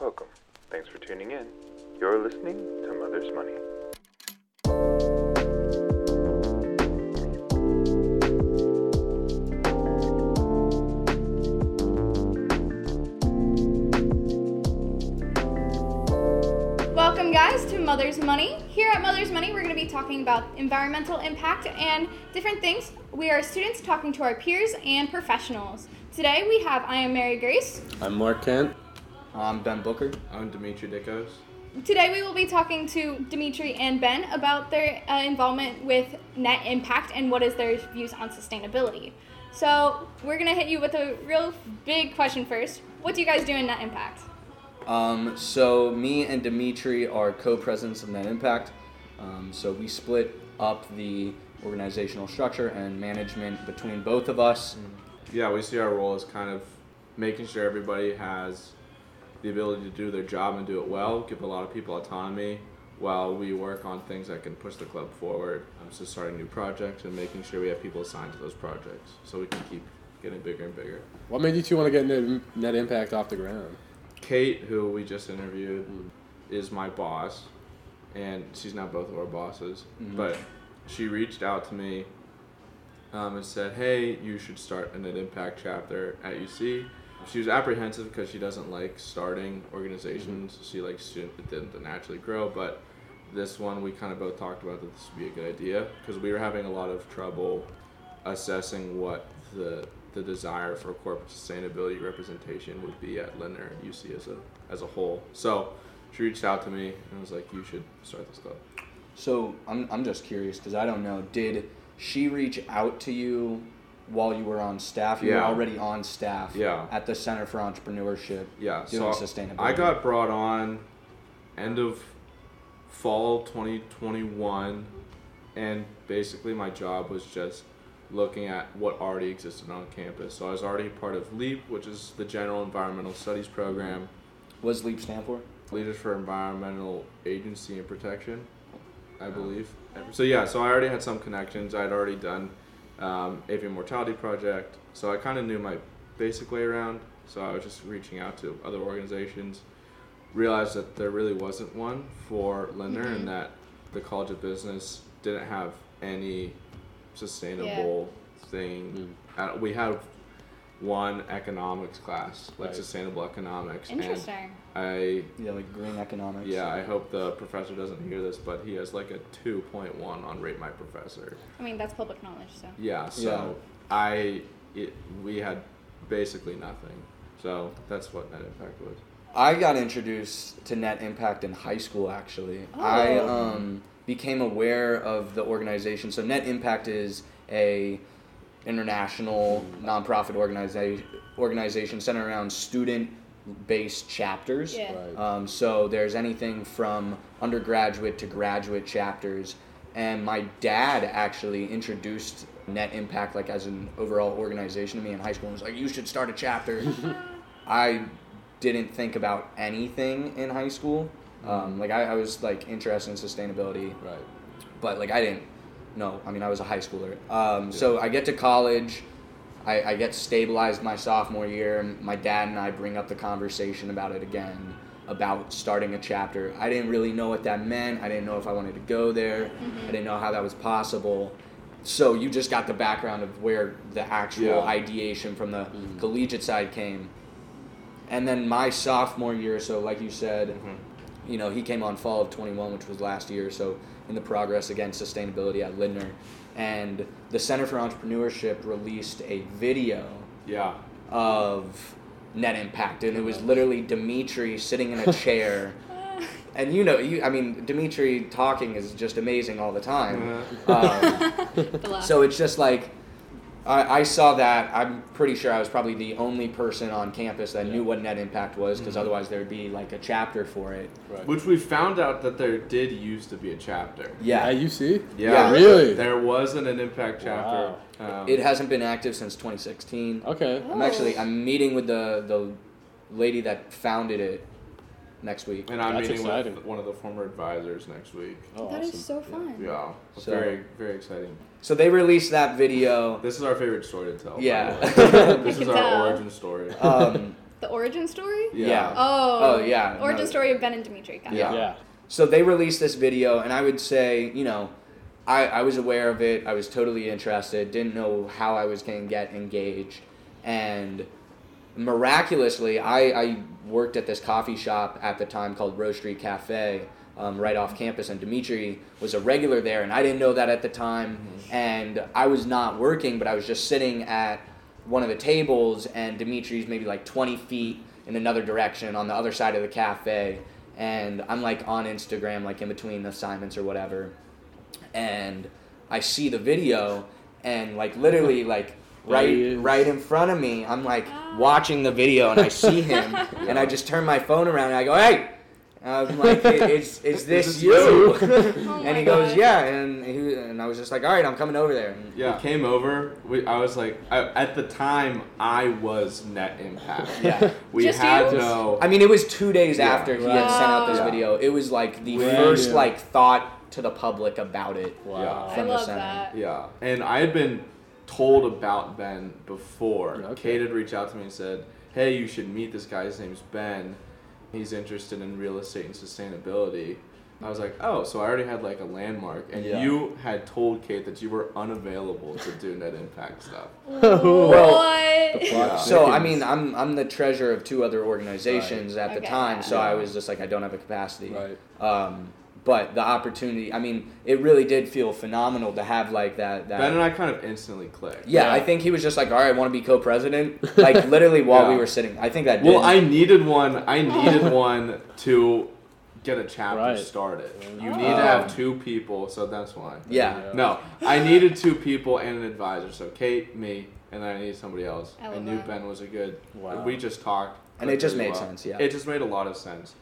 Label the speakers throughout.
Speaker 1: Welcome. Thanks for tuning in. You're listening to Mother's Money.
Speaker 2: Welcome, guys, to Mother's Money. Here at Mother's Money, we're going to be talking about environmental impact and different things. We are students talking to our peers and professionals. Today, we have I am Mary Grace.
Speaker 3: I'm Mark Kent.
Speaker 4: I'm Ben Booker.
Speaker 5: I'm Dimitri Dickos.
Speaker 2: Today, we will be talking to Dimitri and Ben about their uh, involvement with net impact and what is their views on sustainability. So, we're going to hit you with a real big question first. What do you guys do in net impact?
Speaker 4: Um, so me and Dimitri are co-presidents of Net Impact. Um, so we split up the organizational structure and management between both of us.
Speaker 5: Mm-hmm. Yeah, we see our role as kind of making sure everybody has the ability to do their job and do it well, give a lot of people autonomy while we work on things that can push the club forward. Um, so starting new projects and making sure we have people assigned to those projects so we can keep getting bigger and bigger.
Speaker 3: What made you two want to get net, net impact off the ground?
Speaker 5: Kate, who we just interviewed, is my boss, and she's not both of our bosses, but she reached out to me um, and said, "Hey, you should start an Ed impact chapter at UC." She was apprehensive because she doesn't like starting organizations. She likes student it didn't naturally grow, but this one we kind of both talked about that this would be a good idea because we were having a lot of trouble assessing what the the desire for corporate sustainability representation would be at Lindner and UC as a as a whole. So she reached out to me and was like, "You should start this club."
Speaker 4: So I'm, I'm just curious because I don't know. Did she reach out to you while you were on staff? You were
Speaker 5: Yeah.
Speaker 4: already on staff
Speaker 5: Yeah.
Speaker 4: at the Center for Entrepreneurship.
Speaker 5: Yeah,
Speaker 4: Doing
Speaker 5: so
Speaker 4: sustainability.
Speaker 5: I got brought on end of fall 2021, and basically my job was just looking at what already existed on campus. So I was already part of LEAP, which is the General Environmental Studies Program.
Speaker 4: What's LEAP stand for?
Speaker 5: leaders for environmental agency and protection i believe so yeah so i already had some connections i'd already done um, avian mortality project so i kind of knew my basic way around so i was just reaching out to other organizations realized that there really wasn't one for lindner and that the college of business didn't have any sustainable thing Uh, we had one economics class like
Speaker 3: Right.
Speaker 5: sustainable economics and
Speaker 2: Interesting.
Speaker 5: I
Speaker 4: Yeah, like green economics.
Speaker 5: yeah, I hope the professor doesn't hear this, but he has like a 2.1 on rate my professor.
Speaker 2: I mean, that's public knowledge, so.
Speaker 5: Yeah, so I it, we had basically nothing. So that's what net impact was.
Speaker 4: I got introduced to Net Impact in high school, actually. I
Speaker 2: Oh.
Speaker 4: um, became aware of the organization. So Net Impact is a international nonprofit organization organization centered around student-based chapters.
Speaker 2: Yeah.
Speaker 3: Right.
Speaker 4: Um, so there's anything from undergraduate to graduate chapters. And my dad actually introduced Net Impact like as an overall organization to me in high school and was like, you should start a chapter. I didn't think about anything in high school. Um, like I, I was like interested in sustainability,
Speaker 3: Right.
Speaker 4: but like I didn't know. I mean, I was a high schooler. Um, So I get to college. I, I get stabilized my sophomore year, and my dad and I bring up the conversation about it again about starting a chapter. I didn't really know what that meant. I didn't know if I wanted to go there. I didn't know how that was possible. So you just got the background of where the actual
Speaker 5: Yeah.
Speaker 4: ideation from the collegiate side came. And then my sophomore year, so like you said, you know, he came on fall of 21, which was last year, so in the progress against sustainability at Lindner. And the Center for Entrepreneurship released a video
Speaker 5: Yeah.
Speaker 4: of net impact, and it was literally Dimitri sitting in a chair. And you know, you I mean, Dimitri talking is just amazing all the time. Um, so it's just like, I, I saw that. I'm pretty sure I was probably the only person on campus that knew what net impact was, because otherwise there would be like a chapter for it.
Speaker 3: Right.
Speaker 5: Which we found out that there did used to be a chapter.
Speaker 4: Yeah.
Speaker 3: At UC?
Speaker 4: Yeah.
Speaker 3: Really?
Speaker 5: There wasn't an impact chapter. Um,
Speaker 4: It hasn't been active since 2016.
Speaker 3: Okay.
Speaker 4: I'm actually I'm meeting with the the lady that founded it next week.
Speaker 5: and I'm
Speaker 3: That's
Speaker 5: meeting
Speaker 3: exciting.
Speaker 5: with one of the former advisors next week.
Speaker 3: Oh,
Speaker 2: That
Speaker 3: awesome.
Speaker 2: is so fun.
Speaker 5: Yeah.
Speaker 4: So-
Speaker 5: very very exciting.
Speaker 4: So they released that video.
Speaker 5: This is our favorite story to tell. by the
Speaker 4: Yeah.
Speaker 5: way. this
Speaker 2: I
Speaker 5: is
Speaker 2: can
Speaker 5: our
Speaker 2: tell.
Speaker 5: origin story.
Speaker 4: um,
Speaker 2: the origin story?
Speaker 5: Yeah.
Speaker 2: Oh.
Speaker 4: Oh, yeah,
Speaker 2: Origin
Speaker 4: no.
Speaker 2: story of Ben and Dimitri. Got it.
Speaker 4: Yeah.
Speaker 3: Yeah.
Speaker 4: So they released this video, and I would say, you know, I, I was aware of it. I was totally interested. Didn't know how I was going to get engaged. And miraculously, I, I worked at this coffee shop at the time called Rose Street Cafe um, right off campus, and Dimitri was a regular there, and I didn't know that at the time.
Speaker 3: Mm-hmm.
Speaker 4: And I was not working, but I was just sitting at one of the tables, and Dimitri's maybe like 20 feet in another direction on the other side of the cafe. And I'm like on Instagram, like in between assignments or whatever and I see the video and like literally like right
Speaker 3: There he is.
Speaker 4: right in front of me I'm like watching the video and I see him and I just turn my phone around and I go hey and I'm like "I- is, is this
Speaker 5: this
Speaker 4: you
Speaker 5: you?
Speaker 4: and
Speaker 2: Oh my
Speaker 4: he goes
Speaker 2: God.
Speaker 4: yeah and he, and I was just like all right I'm coming over there And-
Speaker 5: Yeah. He came over. We, I was like, I, at the time, I was net impact.
Speaker 4: yeah
Speaker 5: We
Speaker 2: Just
Speaker 5: had
Speaker 2: you?
Speaker 5: no.
Speaker 4: I mean it was two days
Speaker 5: Yeah.
Speaker 4: after he had sent out this
Speaker 5: Wow.
Speaker 4: video it was like the
Speaker 3: Brand
Speaker 4: first
Speaker 3: new.
Speaker 4: like thought to the public about it
Speaker 3: Wow.
Speaker 2: I
Speaker 4: From the
Speaker 2: love
Speaker 4: center.
Speaker 2: that.
Speaker 5: Yeah. And I had been told about Ben before.
Speaker 3: Okay.
Speaker 5: Kate had reached out to me and said, Hey, you should meet this guy. His name's Ben. He's interested in real estate and sustainability. I was like, Oh, so I already had like a landmark. And
Speaker 4: Yeah.
Speaker 5: you had told Kate that you were unavailable to do net impact stuff.
Speaker 2: What?
Speaker 5: Yeah.
Speaker 4: So I
Speaker 3: Dickens.
Speaker 4: mean, I'm I'm the treasurer of two other organizations at the
Speaker 2: Okay.
Speaker 4: time, so
Speaker 5: Yeah.
Speaker 4: I was just like, I don't have a capacity.
Speaker 3: Right.
Speaker 4: Um, but the opportunity, I mean, it really did feel phenomenal to have like that. that
Speaker 5: Ben and I kind of instantly clicked.
Speaker 4: yeah,
Speaker 3: Yeah.
Speaker 4: I think he was just like, all right, I want to be co-president. Like literally while we
Speaker 5: Yeah.
Speaker 4: were sitting, I think that. Did.
Speaker 5: Well, I needed one. I needed one to get a chapter
Speaker 3: Right.
Speaker 5: started. You
Speaker 2: Oh.
Speaker 5: need to have two people, so that's why.
Speaker 4: Yeah.
Speaker 5: No, I needed two people and an advisor. So Kate, me, and then I needed somebody else.
Speaker 2: I
Speaker 5: I,
Speaker 2: love
Speaker 5: knew
Speaker 2: that.
Speaker 5: Ben was a good.
Speaker 3: Wow.
Speaker 5: We just talked.
Speaker 4: And it just
Speaker 5: really
Speaker 4: made
Speaker 5: well.
Speaker 4: sense, yeah.
Speaker 5: It just made a lot of sense.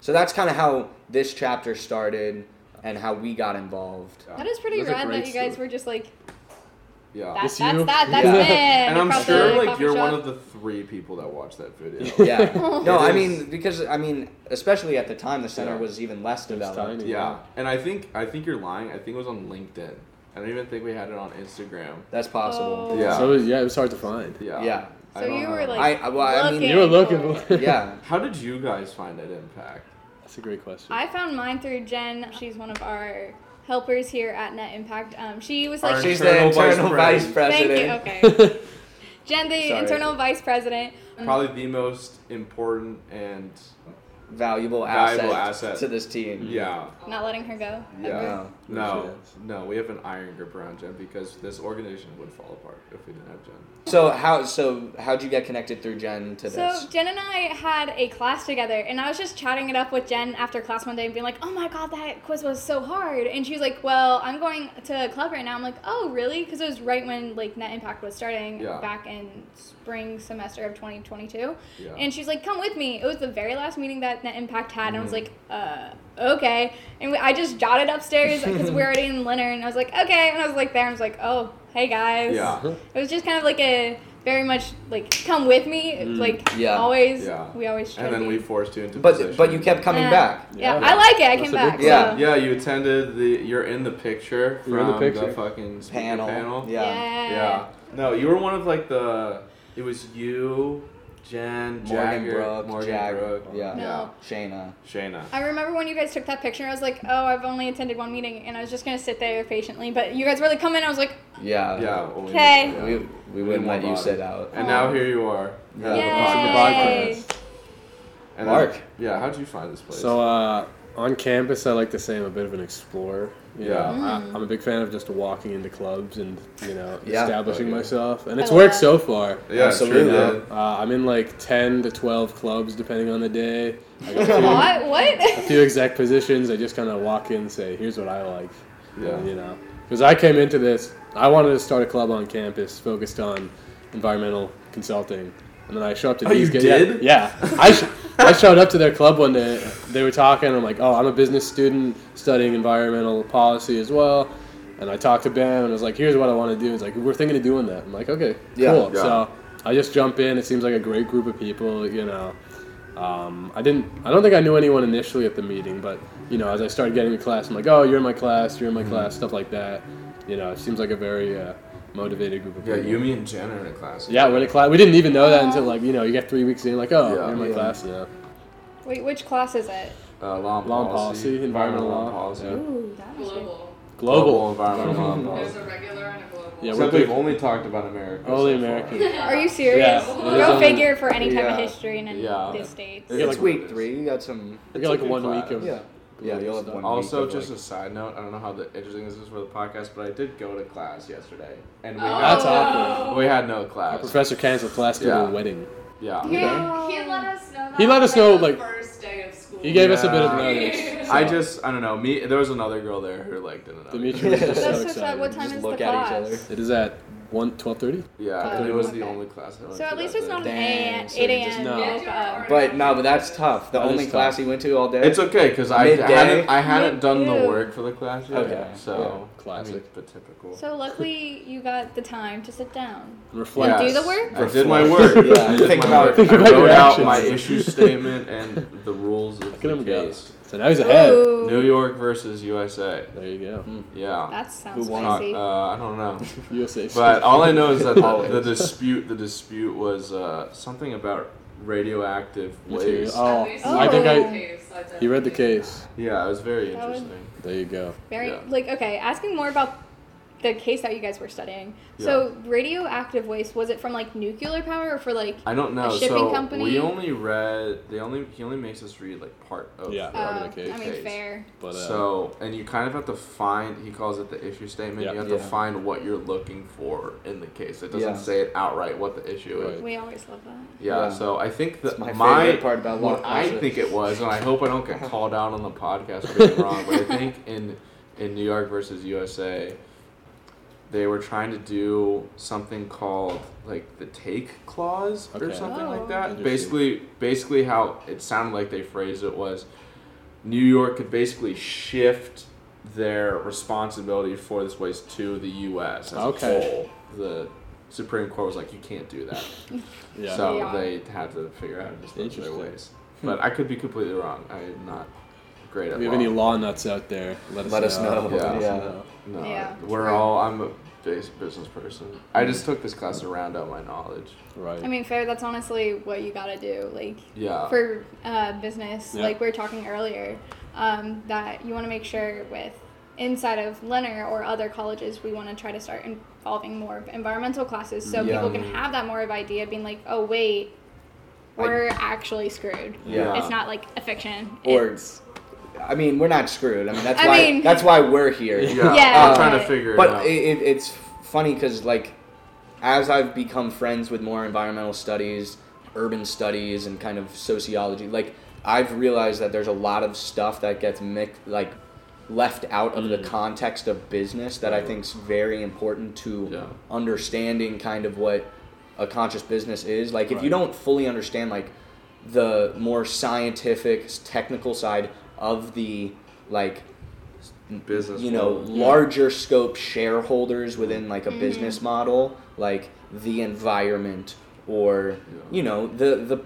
Speaker 4: So that's kind of how this chapter started, and how we got involved.
Speaker 5: Yeah.
Speaker 2: That is pretty
Speaker 3: That's a
Speaker 2: rad
Speaker 3: great
Speaker 2: that you guys
Speaker 3: story.
Speaker 2: were just like,
Speaker 5: Yeah.
Speaker 2: that, that's
Speaker 3: This you?
Speaker 2: that, that's
Speaker 4: Yeah.
Speaker 2: it.
Speaker 5: and I'm
Speaker 2: across the
Speaker 5: sure like
Speaker 2: coffee
Speaker 5: you're
Speaker 2: shop. Oh.
Speaker 5: one of the three people that watched that video.
Speaker 4: Yeah. No,
Speaker 5: It
Speaker 4: I
Speaker 5: is-
Speaker 4: mean because I mean especially at the time the center
Speaker 5: Yeah.
Speaker 4: was even less
Speaker 3: It was
Speaker 4: developed.
Speaker 3: tiny.
Speaker 5: yeah. And I think I think you're lying. I think it was on LinkedIn. I don't even think we had it on Instagram.
Speaker 4: That's possible.
Speaker 2: Oh.
Speaker 5: Yeah.
Speaker 3: So it was- yeah, it was hard to find.
Speaker 5: Yeah.
Speaker 4: Yeah.
Speaker 5: I
Speaker 2: So
Speaker 5: don't
Speaker 2: you
Speaker 5: know.
Speaker 2: were like,
Speaker 4: I- I- well, I mean-
Speaker 2: looking
Speaker 3: You were looking
Speaker 2: for it.
Speaker 3: for it.
Speaker 4: Yeah.
Speaker 5: How did you guys find that impact?
Speaker 3: That's a great question.
Speaker 2: I found mine through Jen. She's one of our helpers here at Net Impact. Um, she was like,
Speaker 5: Our
Speaker 4: She's
Speaker 5: Internal
Speaker 4: the
Speaker 5: vice
Speaker 4: internal vice,
Speaker 5: president.
Speaker 4: president.
Speaker 2: thank you. Okay. Jen, the
Speaker 4: Sorry.
Speaker 2: internal vice president.
Speaker 5: Probably the most important and
Speaker 4: Mm. Valuable,
Speaker 5: Valuable
Speaker 4: asset,
Speaker 5: asset.
Speaker 4: to this team.
Speaker 5: yeah.
Speaker 2: Not letting her go.
Speaker 5: Yeah.
Speaker 4: Wow.
Speaker 5: No, no, we have an iron grip around Jen because this organization would fall apart if we didn't have Jen.
Speaker 4: So how so how'd you get connected through Jen to this?
Speaker 2: So Jen and I had a class together, and I was just chatting it up with Jen after class one day and being like, "Oh my god, that quiz was so hard." And she was like, "Well, I'm going to a club right now." I'm like, "Oh, really?" Because it was right when like Net Impact was starting
Speaker 5: Yeah.
Speaker 2: back in spring semester of 2022.
Speaker 5: Yeah.
Speaker 2: And she's like, "Come with me." It was the very last meeting that Net Impact had, and I was like,
Speaker 5: Mm-hmm.
Speaker 2: "Uh, okay." And we, I just jotted upstairs because we are already in Leonard, and I was like, "Okay." And I was like, there, and I was like, "Oh, hey guys."
Speaker 5: Yeah.
Speaker 2: It was just kind of like a very much like come with me,
Speaker 3: Mm,
Speaker 2: like
Speaker 4: Yeah.
Speaker 2: always.
Speaker 5: Yeah.
Speaker 2: We always try
Speaker 5: And
Speaker 2: to
Speaker 5: then
Speaker 2: be.
Speaker 5: we forced you into
Speaker 4: but
Speaker 5: position.
Speaker 4: but you kept coming
Speaker 2: Yeah.
Speaker 4: back.
Speaker 2: Yeah.
Speaker 3: Yeah.
Speaker 2: I like it. I
Speaker 3: That's
Speaker 2: came
Speaker 3: a
Speaker 2: back.
Speaker 3: big
Speaker 4: Yeah.
Speaker 2: so-
Speaker 5: Yeah, you attended the you're in the picture from
Speaker 3: You're in the picture.
Speaker 5: fucking speaker
Speaker 4: Panel.
Speaker 5: panel.
Speaker 4: Yeah.
Speaker 2: Yeah.
Speaker 5: Yeah. No, you were one of like the it was you, Jen, Jagger,
Speaker 4: Brooke,
Speaker 5: Morgan
Speaker 4: Jag-
Speaker 5: Brooke.
Speaker 4: yeah.
Speaker 2: No.
Speaker 4: Shayna.
Speaker 5: Shayna.
Speaker 2: I remember when you guys took that picture. I was like, "Oh, I've only attended one meeting," and I was just gonna sit there patiently. But you guys were like, "Come in." I was like,
Speaker 4: Yeah.
Speaker 5: Yeah. well, we-
Speaker 2: Okay.
Speaker 5: yeah.
Speaker 4: We we wouldn't
Speaker 5: more
Speaker 4: let you
Speaker 5: body.
Speaker 4: sit out.
Speaker 5: And now here you are.
Speaker 4: Yeah.
Speaker 2: "Yay!"
Speaker 5: And then-
Speaker 4: Mark.
Speaker 5: yeah, how'd you find this place?
Speaker 3: So uh, on campus, I like to say I'm a bit of an explorer. You
Speaker 5: Yeah.
Speaker 3: know, I, I'm a big fan of just walking into clubs and you know
Speaker 4: Yeah.
Speaker 3: establishing
Speaker 5: Okay.
Speaker 3: myself, and it's
Speaker 2: love
Speaker 3: worked
Speaker 2: that.
Speaker 3: so far.
Speaker 5: yeah,
Speaker 4: Absolutely.
Speaker 5: absolutely.
Speaker 3: You know, uh, I'm in like 10 to 12 clubs depending on the day. I got a few-
Speaker 2: What? What?
Speaker 3: a few exact positions. I just kind of walk in and say, here's what I like.
Speaker 5: Yeah.
Speaker 3: And, you know, because I came into this, I wanted to start a club on campus focused on environmental consulting. And then I showed up to
Speaker 5: Oh,
Speaker 3: these
Speaker 5: you
Speaker 3: guys.
Speaker 5: did?
Speaker 3: Yeah. yeah. I, sh- I showed up to their club one day. They were talking. I'm like, oh, I'm a business student studying environmental policy as well. And I talked to Ben and I was like, here's what I want to do. It's like, we're thinking of doing that. I'm like, okay,
Speaker 4: Yeah.
Speaker 3: cool.
Speaker 5: Yeah.
Speaker 3: So I just jump in. It seems like a great group of people, you know. Um, I didn't. I don't think I knew anyone initially at the meeting, but you know, as I
Speaker 5: Mm-hmm.
Speaker 3: started getting to class, I'm like, oh, you're in my class, you're in my class, stuff like that. You know, it seems like a very uh, motivated group of
Speaker 5: Yeah,
Speaker 3: people.
Speaker 5: Yumi and Jen are in a class.
Speaker 3: Yeah, we're in a class. We didn't even know that until like you know you get three weeks in, like oh,
Speaker 5: Yeah.
Speaker 3: you're in my
Speaker 4: Yeah.
Speaker 3: class now.
Speaker 2: Wait, which class is it?
Speaker 5: Uh, law and
Speaker 3: Law and
Speaker 5: policy,
Speaker 3: policy, environmental law.
Speaker 5: policy.
Speaker 3: Yeah.
Speaker 2: Ooh, that was good.
Speaker 6: Global.
Speaker 3: Global.
Speaker 5: environmental law and
Speaker 6: There's
Speaker 5: policy.
Speaker 6: a regular and a global.
Speaker 3: Oh. Yeah,
Speaker 5: Except
Speaker 3: we're
Speaker 5: we've
Speaker 3: big-
Speaker 5: only talked about America.
Speaker 3: Only
Speaker 5: so far.
Speaker 3: American.
Speaker 2: Are you serious?
Speaker 3: Yeah, it is
Speaker 2: Go
Speaker 3: on-
Speaker 2: figure for any type of
Speaker 5: yeah,
Speaker 2: history in
Speaker 5: yeah.
Speaker 2: the states.
Speaker 3: Yeah,
Speaker 4: It's
Speaker 3: like-
Speaker 4: week three. You got some.
Speaker 3: We got
Speaker 5: It's a
Speaker 3: like
Speaker 5: good
Speaker 3: one
Speaker 5: class.
Speaker 3: week of
Speaker 4: Yeah. Yeah, you'll have one.
Speaker 5: Also,
Speaker 4: week of,
Speaker 5: just
Speaker 4: like-
Speaker 5: a side note, I don't know how the interesting this is for the podcast, but I did go to class yesterday, and we
Speaker 3: That's
Speaker 6: Oh.
Speaker 3: awkward.
Speaker 5: had, we had no
Speaker 3: Our
Speaker 5: class.
Speaker 3: professor canceled class due to a
Speaker 5: Yeah.
Speaker 3: wedding.
Speaker 5: Yeah.
Speaker 6: He, he let us know. That
Speaker 3: He let us
Speaker 6: like,
Speaker 3: know,
Speaker 6: the
Speaker 3: like-
Speaker 6: first day of school.
Speaker 3: He gave us a bit of
Speaker 5: Yeah.
Speaker 3: notice.
Speaker 5: I just, I don't know. Me, there was another girl there who like didn't know.
Speaker 3: Dimitri was just
Speaker 2: That's
Speaker 3: so
Speaker 2: so sad. What
Speaker 3: excited.
Speaker 2: time
Speaker 4: Just
Speaker 2: is
Speaker 4: look
Speaker 2: the
Speaker 4: at each
Speaker 2: class?
Speaker 4: other.
Speaker 3: It is at one twelve thirty.
Speaker 5: Yeah,
Speaker 2: Oh,
Speaker 5: and it was the
Speaker 2: okay.
Speaker 5: only class. I went
Speaker 2: So
Speaker 5: to
Speaker 2: at least
Speaker 5: that
Speaker 2: it's not an
Speaker 5: day.
Speaker 2: 8
Speaker 4: Dang, so you
Speaker 2: 8 a.m.
Speaker 3: just-
Speaker 2: woke
Speaker 6: No.
Speaker 2: up.
Speaker 4: But no, but that's tough. The
Speaker 3: That
Speaker 4: only
Speaker 3: is
Speaker 4: class
Speaker 3: tough.
Speaker 4: he went to all day.
Speaker 5: It's okay because I
Speaker 4: Midday?
Speaker 5: hadn't, I hadn't done the
Speaker 2: Midday.
Speaker 5: work for the class yet.
Speaker 4: Okay.
Speaker 5: So
Speaker 3: Yeah, classic.
Speaker 5: I mean, the typical.
Speaker 2: So luckily you got the time to sit down.
Speaker 3: Reflect.
Speaker 2: do the work?
Speaker 5: I did my
Speaker 4: Reflect.
Speaker 5: work.
Speaker 4: Yeah.
Speaker 5: I did
Speaker 4: Think
Speaker 5: my
Speaker 4: about-
Speaker 5: work.
Speaker 3: think
Speaker 5: I
Speaker 3: about your
Speaker 5: wrote out
Speaker 3: actions.
Speaker 5: my issue statement and the rules of
Speaker 3: Look at
Speaker 5: the
Speaker 3: him go.
Speaker 5: case.
Speaker 3: So now he's ahead.
Speaker 2: Ooh,
Speaker 5: New York versus USA.
Speaker 3: There you go.
Speaker 5: Yeah.
Speaker 2: That sounds
Speaker 3: Who won?
Speaker 5: Uh,
Speaker 2: spicy.
Speaker 5: uh, I don't know.
Speaker 3: USA.
Speaker 5: But all I know is that
Speaker 4: Always.
Speaker 5: the, the dispute, the dispute was uh, something about radioactive
Speaker 3: Material.
Speaker 5: waste.
Speaker 3: Oh,
Speaker 2: Oh.
Speaker 3: I think I.
Speaker 6: I.
Speaker 3: You read the case.
Speaker 5: Yeah, it was very
Speaker 2: That was-
Speaker 5: interesting.
Speaker 3: There you go.
Speaker 2: Very
Speaker 5: yeah.
Speaker 2: like okay, asking more about the case that you guys were studying. So radioactive waste was it from like nuclear power or for like
Speaker 5: I don't know.
Speaker 2: shipping
Speaker 5: so
Speaker 2: company?
Speaker 5: we only read. They only he only makes us read like part of.
Speaker 3: Yeah.
Speaker 5: the
Speaker 3: Part
Speaker 2: uh,
Speaker 3: of the case.
Speaker 2: I mean
Speaker 5: Case.
Speaker 2: fair.
Speaker 3: But uh,
Speaker 5: So, and you kind of have to find, he calls it the issue statement.
Speaker 3: Yeah.
Speaker 5: You have to
Speaker 4: Yeah.
Speaker 5: find what you're looking for in the case. It doesn't
Speaker 4: Yeah.
Speaker 5: say it outright what the issue is.
Speaker 3: Right.
Speaker 2: We always love that.
Speaker 4: Yeah.
Speaker 5: Yeah, so I think
Speaker 4: That's
Speaker 5: that
Speaker 4: my
Speaker 5: my,
Speaker 4: favorite part about law
Speaker 5: what I
Speaker 4: class.
Speaker 5: think it was, and I hope I don't get called out on the podcast for being wrong, but I think in in New York versus USA, they were trying to do something called like the take clause or
Speaker 3: Okay.
Speaker 5: something
Speaker 2: Oh.
Speaker 5: like that.
Speaker 3: Interesting.
Speaker 5: Basically, basically how it sounded like they phrased it was, New York could basically shift their responsibility for this waste to the U.S. as
Speaker 3: Okay.
Speaker 5: a whole. The Supreme Court was like, you can't do that.
Speaker 3: yeah.
Speaker 5: So
Speaker 2: Yeah.
Speaker 5: they had to figure out how to dispose of their
Speaker 3: Interesting.
Speaker 5: waste. But I could be completely wrong. I'm not great at
Speaker 3: if you
Speaker 5: law.
Speaker 3: have any law nuts out there, let us
Speaker 4: Let
Speaker 3: know.
Speaker 4: us know.
Speaker 5: Yeah.
Speaker 3: Let us
Speaker 4: Yeah.
Speaker 3: know.
Speaker 5: No,
Speaker 2: Yeah.
Speaker 5: we're all. I'm a bas- business person. I just
Speaker 3: Hmm.
Speaker 5: took this class to round out my knowledge.
Speaker 3: Right.
Speaker 2: I mean fair, that's honestly what you gotta do. Like
Speaker 5: Yeah.
Speaker 2: for uh, business,
Speaker 3: Yeah.
Speaker 2: like we were talking earlier, um, that you want to make sure with inside of Leonard or other colleges, we want to try to start involving more of environmental classes so
Speaker 4: Yeah.
Speaker 2: people can have that more of idea, being like, oh wait,
Speaker 4: Like-
Speaker 2: we're actually screwed.
Speaker 5: Yeah.
Speaker 2: It's not like a fiction.
Speaker 4: Or-
Speaker 2: It's-
Speaker 4: I mean, we're not screwed. I mean, that's
Speaker 2: I
Speaker 4: why.
Speaker 2: mean-
Speaker 4: that's why we're here.
Speaker 5: yeah.
Speaker 2: Yeah,
Speaker 5: I'm trying to
Speaker 2: but-
Speaker 5: figure it
Speaker 4: But
Speaker 5: out.
Speaker 4: it, it, it's funny because like, as I've become friends with more environmental studies, urban studies, and kind of sociology, like I've realized that there's a lot of stuff that gets mixed, like left out of
Speaker 5: Mm.
Speaker 4: the context of business that I think is very important to
Speaker 5: Yeah.
Speaker 4: understanding kind of what a conscious business is. Like if you
Speaker 3: Right.
Speaker 4: don't fully understand like the more scientific s- technical side of the like
Speaker 5: business.
Speaker 4: you know
Speaker 5: world.
Speaker 4: larger scope shareholders within like a business model like the environment or
Speaker 5: Yeah.
Speaker 4: you know the the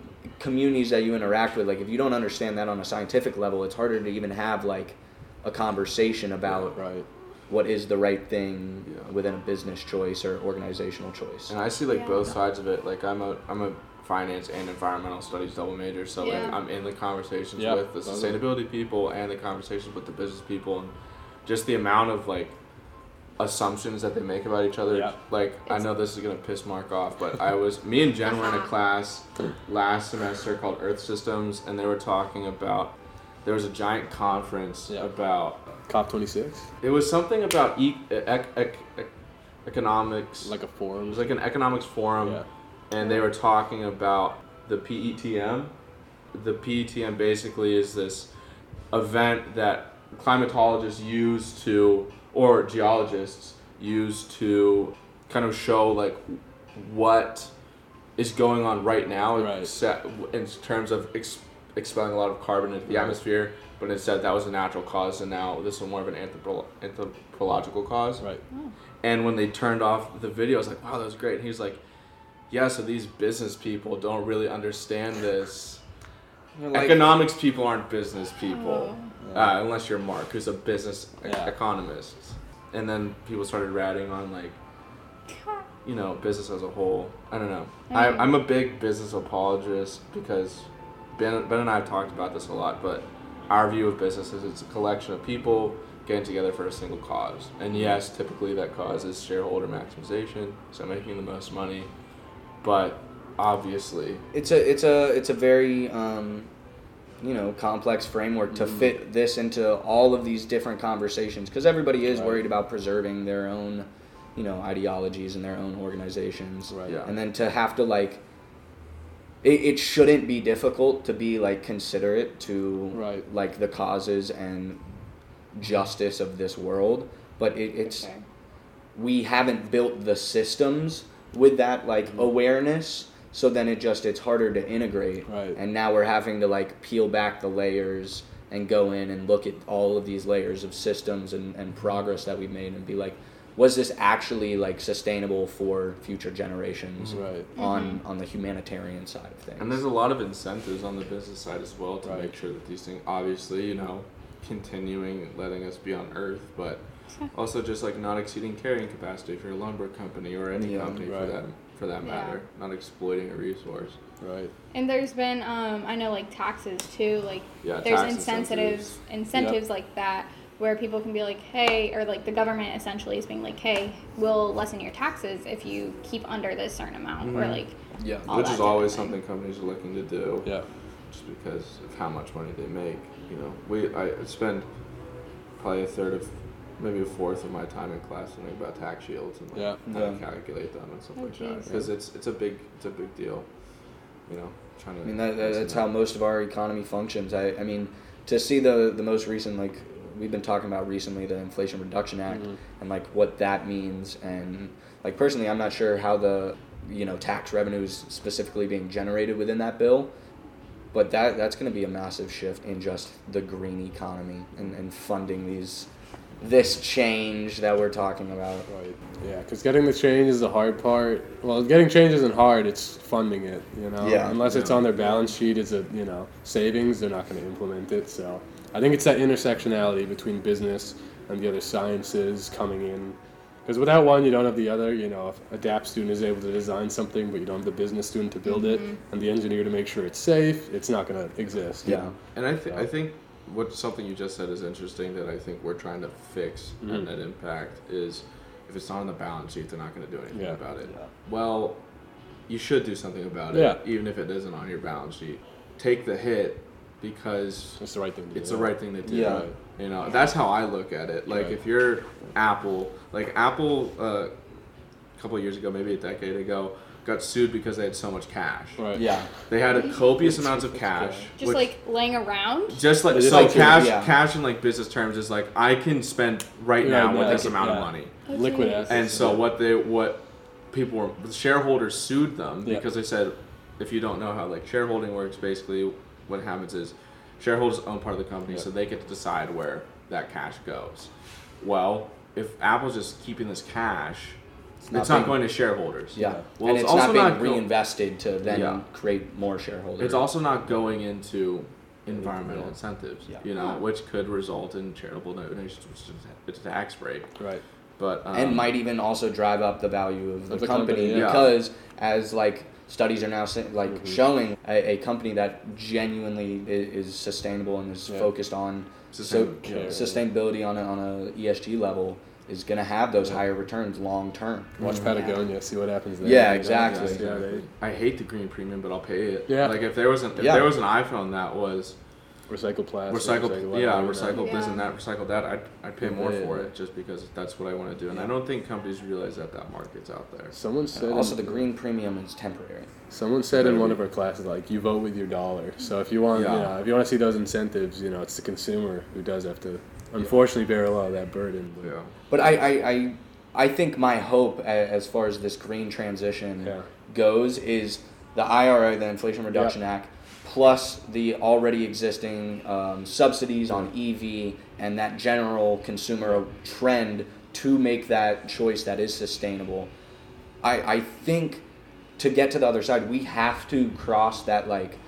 Speaker 4: communities that you interact with like if you don't understand that on a scientific level it's harder to even have like a conversation about
Speaker 3: right.
Speaker 4: what is the right thing
Speaker 5: Yeah.
Speaker 4: within a business choice or organizational choice
Speaker 5: And I see like
Speaker 2: Yeah.
Speaker 5: both sides of it. Like I'm a I'm a finance and environmental studies double major, so like
Speaker 2: Yeah.
Speaker 5: I'm in the conversations
Speaker 3: Yeah.
Speaker 5: with the
Speaker 3: Okay.
Speaker 5: sustainability people and the conversations with the business people, and just the amount of like assumptions that they make about each other.
Speaker 3: Yeah.
Speaker 5: Like I
Speaker 2: It's-
Speaker 5: know this is gonna piss Mark off, but I was me and Jen were in a
Speaker 2: Uh-huh.
Speaker 5: class last semester called Earth Systems, and they were talking about there was a giant conference
Speaker 3: Yeah.
Speaker 5: about
Speaker 3: COP twenty six,
Speaker 5: it was something about e- ec- ec- ec- economics
Speaker 3: like a
Speaker 5: it
Speaker 3: forum.
Speaker 5: was like an economics forum,
Speaker 3: Yeah.
Speaker 5: and they were talking about the PETM. The PETM basically is this event that climatologists use to, or geologists use to, kind of show like what is going on right now,
Speaker 3: Right.
Speaker 5: except in terms of ex- expelling a lot of carbon into the atmosphere. But instead, that was a natural cause, and now this is more of an anthropo- anthropological cause.
Speaker 3: Right.
Speaker 5: And when they turned off the video, I was like, wow, that was great. And he was like, yeah, so these business people don't really understand this.
Speaker 4: Like-
Speaker 5: Economics people aren't business people,
Speaker 3: Oh.
Speaker 5: uh, unless you're Mark, who's a business e-
Speaker 3: Yeah.
Speaker 5: economist. And then people started ratting on like you know, business as a whole. I don't know. I,
Speaker 2: Mm.
Speaker 5: I'm a big business apologist because ben, ben and I have talked about this a lot, but our view of business is it's a collection of people getting together for a single cause. And yes, typically that cause is shareholder maximization, so making the most money. But obviously,
Speaker 4: it's a it's a it's a very um, you know complex framework
Speaker 3: Mm.
Speaker 4: to fit this into all of these different conversations because everybody is
Speaker 3: Right.
Speaker 4: worried about preserving their own you know ideologies and their own organizations
Speaker 3: Right.
Speaker 5: Yeah.
Speaker 4: and then to have to like it, it shouldn't be difficult to be like considerate to
Speaker 3: Right.
Speaker 4: like the causes and justice of this world but it, it's
Speaker 2: Sure.
Speaker 4: we haven't built the systems with that like
Speaker 5: Mm-hmm.
Speaker 4: awareness so then it just it's harder to integrate
Speaker 3: Right.
Speaker 4: and now we're having to like peel back the layers and go in and look at all of these layers of systems and, and progress that we've made and be like was this actually like sustainable for future generations
Speaker 3: Right.
Speaker 4: on on the humanitarian side of things
Speaker 5: and there's a lot of incentives on the business side as well to
Speaker 3: Right.
Speaker 5: make sure that these things, obviously, you know, continuing and letting us be on Earth, but also just like not exceeding carrying capacity if you're a lumber company or any
Speaker 4: Yeah.
Speaker 5: company
Speaker 3: Right.
Speaker 5: for that for that
Speaker 2: Yeah.
Speaker 5: matter, not exploiting a resource.
Speaker 3: Right.
Speaker 2: And there's been, um, I know, like taxes too. Like
Speaker 5: Yeah,
Speaker 2: there's
Speaker 5: tax
Speaker 2: incentives, incentives, like that where people can be like, hey, or like the government essentially is being like, hey, we'll lessen your taxes if you keep under this certain amount, or
Speaker 5: Mhm.
Speaker 2: like
Speaker 4: yeah
Speaker 2: all
Speaker 5: which
Speaker 2: that
Speaker 5: is always
Speaker 2: different
Speaker 5: something companies are looking to do,
Speaker 3: Yeah.
Speaker 5: just because of how much money they make. You know, we I spend probably a third of, maybe a fourth of my time in class learning about tax shields and like
Speaker 3: Yeah.
Speaker 5: how
Speaker 4: Yeah.
Speaker 5: to calculate them and stuff
Speaker 2: Oh,
Speaker 5: like that.
Speaker 2: jeez.
Speaker 5: Because it's it's a big it's a big deal. You know, trying to.
Speaker 4: I mean, that, that, that's how
Speaker 5: how
Speaker 4: most of our economy functions. I, I mean, to see the, the most recent, like, we've been talking about recently the Inflation Reduction Act
Speaker 5: Mm-hmm.
Speaker 4: and, like, what that means. And, like, personally, I'm not sure how the, you know, tax revenues specifically being generated within that bill. But that, that's going to be a massive shift in just the green economy and, and funding these this change that we're talking about.
Speaker 3: Right. Yeah, because getting the change is the hard part. Well, getting change isn't hard. It's funding it. You know.
Speaker 4: Yeah.
Speaker 3: Unless it's
Speaker 5: Yeah.
Speaker 3: on their balance sheet as a you know savings, they're not going to implement it. So I think it's that intersectionality between business and the other sciences coming in. Because without one, you don't have the other. You know, if a DAP student is able to design something, but you don't have the business student to build it and the engineer to make sure it's safe, it's not going to exist. you
Speaker 4: Mm-hmm. Yeah.
Speaker 3: know?
Speaker 5: And I, th- I think what something you just said is interesting that I think we're trying to fix
Speaker 3: Mm-hmm.
Speaker 5: and that impact is if it's not on the balance sheet, they're not going to do anything
Speaker 3: Yeah.
Speaker 5: about it.
Speaker 4: Yeah.
Speaker 5: Well, you should do something about
Speaker 3: Yeah.
Speaker 5: it, even if it isn't on your balance sheet. Take the hit because
Speaker 3: It's the right thing to do.
Speaker 5: it's the right thing to do.
Speaker 4: Yeah.
Speaker 5: You know, that's how I look at it. Like
Speaker 3: Right.
Speaker 5: if you're Apple, like Apple, uh, a couple years ago, maybe a decade ago, got sued because they had so much cash.
Speaker 3: Right.
Speaker 4: Yeah.
Speaker 5: They had copious amounts of cash.
Speaker 2: just
Speaker 5: which-
Speaker 2: like laying around.
Speaker 5: just like
Speaker 3: They just
Speaker 5: so
Speaker 3: like to-
Speaker 5: cash
Speaker 4: yeah.
Speaker 5: cash in like business terms is like I can spend right
Speaker 3: Yeah,
Speaker 5: now
Speaker 3: no,
Speaker 5: with
Speaker 3: I
Speaker 5: this
Speaker 3: get
Speaker 5: amount of
Speaker 3: that.
Speaker 5: money.
Speaker 3: Liquid
Speaker 2: Okay.
Speaker 3: assets.
Speaker 5: And so
Speaker 3: yeah.
Speaker 5: what they what people were the shareholders sued them
Speaker 3: Yeah.
Speaker 5: because they said if you don't know how like shareholding works basically what happens is shareholders own part of the company
Speaker 3: Yeah.
Speaker 5: so they get to decide where that cash goes. Well, if Apple's just keeping this cash, it's not,
Speaker 4: not being-
Speaker 5: going to shareholders.
Speaker 4: Yeah.
Speaker 5: Well,
Speaker 4: and
Speaker 5: it's
Speaker 4: it's,
Speaker 5: also
Speaker 4: not being
Speaker 5: not go-
Speaker 4: reinvested to then
Speaker 5: Yeah.
Speaker 4: create more shareholders.
Speaker 5: It's also not going into environmental incentives,
Speaker 4: Yeah.
Speaker 5: you know, which could result in charitable donations, which is it's a tax break.
Speaker 3: Right.
Speaker 5: But um,
Speaker 4: and might even also drive up the value of the,
Speaker 3: the
Speaker 4: company,
Speaker 3: company, yeah. Mm-hmm.
Speaker 4: because as like studies are now sa- like showing a, a company that genuinely i- is sustainable and is
Speaker 3: Yeah.
Speaker 4: focused on so,
Speaker 5: Sustain-
Speaker 3: yeah.
Speaker 4: sustainability on a, on a ESG level is going to have those higher returns long term.
Speaker 5: Mm,
Speaker 3: Watch Patagonia. See what happens there.
Speaker 4: Yeah,
Speaker 3: you know?
Speaker 4: exactly.
Speaker 3: See how they
Speaker 5: I hate the green premium, but I'll pay it.
Speaker 3: Yeah.
Speaker 5: Like if there was an if
Speaker 4: Yeah.
Speaker 5: there was an iPhone that was
Speaker 3: Recycle plastic.
Speaker 5: recycled, yeah, recycled this
Speaker 2: Yeah.
Speaker 5: and that, recycled that, I'd, I'd pay more
Speaker 3: Yeah.
Speaker 5: for it just because that's what I want to do. And I don't think companies realize that that market's out there.
Speaker 3: Someone said.
Speaker 4: Also,
Speaker 3: in-
Speaker 4: the green premium is temporary.
Speaker 3: Someone said in one of our classes, like you vote with your dollar. So if you want,
Speaker 5: Yeah.
Speaker 3: you know, if you want to see those incentives, you know, it's the consumer who does have to, unfortunately, bear a lot of that burden. But
Speaker 5: Yeah.
Speaker 4: But I, I, I, I think my hope a- as far as this green transition
Speaker 3: Yeah.
Speaker 4: goes is the IRA, the Inflation Reduction Act, plus the already existing um, subsidies on EV and that general consumer trend to make that choice that is sustainable. I, I think to get to the other side, we have to cross that like,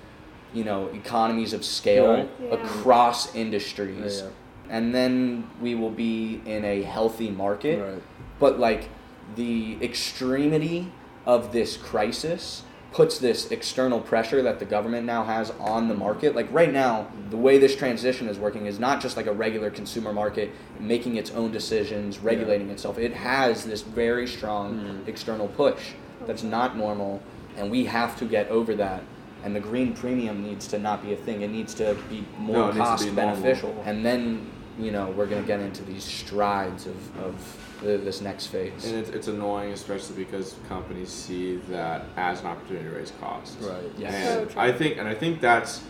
Speaker 4: you know, economies of scale
Speaker 3: Right.
Speaker 2: Yeah.
Speaker 4: across industries,
Speaker 3: Yeah,
Speaker 4: and then we will be in a healthy market.
Speaker 3: Right.
Speaker 4: But like, the extremity of this crisis puts this external pressure that the government now has on the market. Like right now, the way this transition is working is not just like a regular consumer market making its own decisions, regulating itself. It has this very strong
Speaker 5: Hmm.
Speaker 4: external push that's not normal, and we have to get over that. And the green premium needs to not be a thing. It needs to be
Speaker 5: No,
Speaker 4: more
Speaker 5: it needs to
Speaker 4: cost
Speaker 5: be normal.
Speaker 4: beneficial. And then, you know, we're going to get into these strides of, of the, this next phase.
Speaker 5: And it's, it's annoying, especially because companies see that as an opportunity to raise costs.
Speaker 3: Right.
Speaker 4: Yes.
Speaker 5: And
Speaker 2: So true.
Speaker 5: I think, and I think that's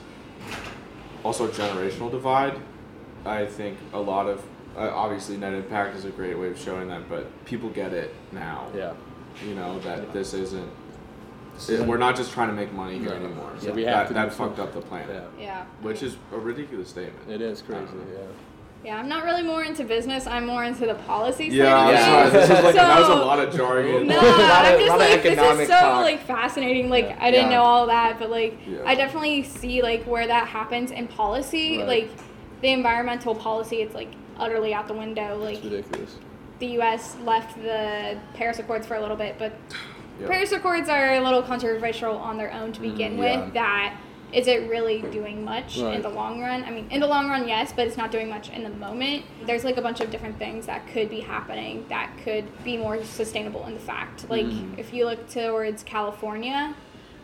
Speaker 5: also a generational divide. I think a lot of uh, obviously net impact is a great way of showing that, but people get it now.
Speaker 3: Yeah.
Speaker 5: You know that
Speaker 3: Yeah.
Speaker 5: this isn't.
Speaker 4: This
Speaker 5: It,
Speaker 4: isn't-
Speaker 5: we're not just trying to make money here
Speaker 3: No.
Speaker 5: anymore.
Speaker 3: So
Speaker 4: we
Speaker 3: have
Speaker 5: that,
Speaker 3: to do
Speaker 5: that fucked
Speaker 3: something.
Speaker 5: up the planet,
Speaker 3: Yeah.
Speaker 2: Yeah.
Speaker 5: which is a ridiculous statement. Um,
Speaker 3: It is crazy.
Speaker 2: Yeah, I'm not really more into business. I'm more into the policy
Speaker 5: Yeah,
Speaker 2: side
Speaker 5: I'm
Speaker 2: of
Speaker 4: Yeah.
Speaker 5: sorry.
Speaker 2: things.
Speaker 5: This is like that was a
Speaker 2: So-
Speaker 5: lot of jargon.
Speaker 2: No,
Speaker 4: A lot
Speaker 2: I'm
Speaker 4: of-
Speaker 2: just
Speaker 4: lot of
Speaker 2: like this
Speaker 4: economic
Speaker 2: is so
Speaker 4: talk.
Speaker 2: like fascinating. Like
Speaker 3: Yeah.
Speaker 2: I didn't
Speaker 4: Yeah.
Speaker 2: know all that, but like
Speaker 5: Yeah.
Speaker 2: I definitely see like where that happens in policy.
Speaker 3: Right.
Speaker 2: Like the environmental policy, it's like utterly out the window. Like
Speaker 3: It's ridiculous.
Speaker 2: the U.S. left the Paris Accords for a little bit, but
Speaker 5: Yeah.
Speaker 2: Paris Accords are a little controversial on their own to begin
Speaker 4: yeah.
Speaker 2: with. That is it really doing much
Speaker 3: Right.
Speaker 2: in the long run? I mean, in the long run, yes, but it's not doing much in the moment. There's like a bunch of different things that could be happening that could be more sustainable in the fact. Like if you look towards California,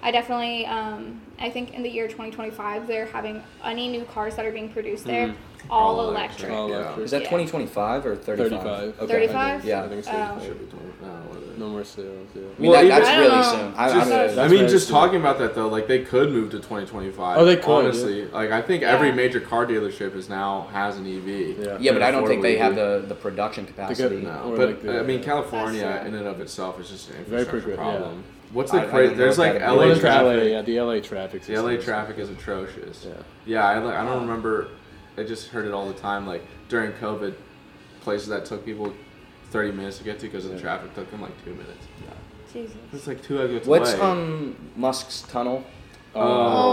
Speaker 2: I definitely, um, I think in the year 2025, they're having any new cars that are being produced there
Speaker 3: Mhm.
Speaker 2: all,
Speaker 5: All
Speaker 2: electric.
Speaker 5: electric.
Speaker 3: All
Speaker 5: Yeah.
Speaker 3: electric.
Speaker 4: Is that
Speaker 2: Yeah.
Speaker 4: 2025 or 35?
Speaker 3: 35.
Speaker 4: Okay.
Speaker 2: 35?
Speaker 3: I think.
Speaker 4: Yeah.
Speaker 3: I think it's
Speaker 2: Oh.
Speaker 3: 35.
Speaker 5: Should be twenty- no, what is it?
Speaker 3: No more sales. Yeah.
Speaker 4: I mean,
Speaker 5: Well,
Speaker 4: that-
Speaker 5: even-
Speaker 2: I
Speaker 4: that's
Speaker 2: don't
Speaker 4: really
Speaker 2: know.
Speaker 4: soon. I, I
Speaker 5: Just-
Speaker 4: really-
Speaker 5: I
Speaker 3: That's
Speaker 5: mean,
Speaker 3: very
Speaker 5: just
Speaker 3: true.
Speaker 5: talking about that though, like they could move to 2025.
Speaker 3: Oh, they could,
Speaker 5: Honestly, like I think every
Speaker 2: Yeah.
Speaker 5: major car dealership is now has an E EV.
Speaker 3: Yeah.
Speaker 4: yeah, but I don't
Speaker 5: Affordable
Speaker 4: think they have
Speaker 5: EV.
Speaker 4: the, the production capacity.
Speaker 5: No,
Speaker 3: Or
Speaker 5: but
Speaker 3: like the-
Speaker 5: I mean, California
Speaker 2: That's true.
Speaker 5: in and of itself is just an
Speaker 3: Very
Speaker 5: infrastructure
Speaker 3: progr- yeah.
Speaker 5: problem. What's
Speaker 4: I-
Speaker 5: the
Speaker 4: I
Speaker 5: crazy?
Speaker 4: don't
Speaker 5: There's
Speaker 4: know
Speaker 5: like
Speaker 4: about that.
Speaker 5: LA
Speaker 3: Well,
Speaker 5: traffic.
Speaker 3: it's LA, yeah, the LA traffic.
Speaker 5: The
Speaker 3: System
Speaker 5: LA
Speaker 3: is-
Speaker 5: traffic is atrocious.
Speaker 3: Yeah.
Speaker 5: Yeah, I, like, I don't remember. I just heard it all the time. Like during COVID, places that took people 30 minutes to get to because of the
Speaker 3: Yeah.
Speaker 5: traffic took them like two minutes.
Speaker 2: Jesus.
Speaker 5: It's like two exits
Speaker 4: What's
Speaker 5: away.
Speaker 4: um Musk's tunnel?
Speaker 5: Oh,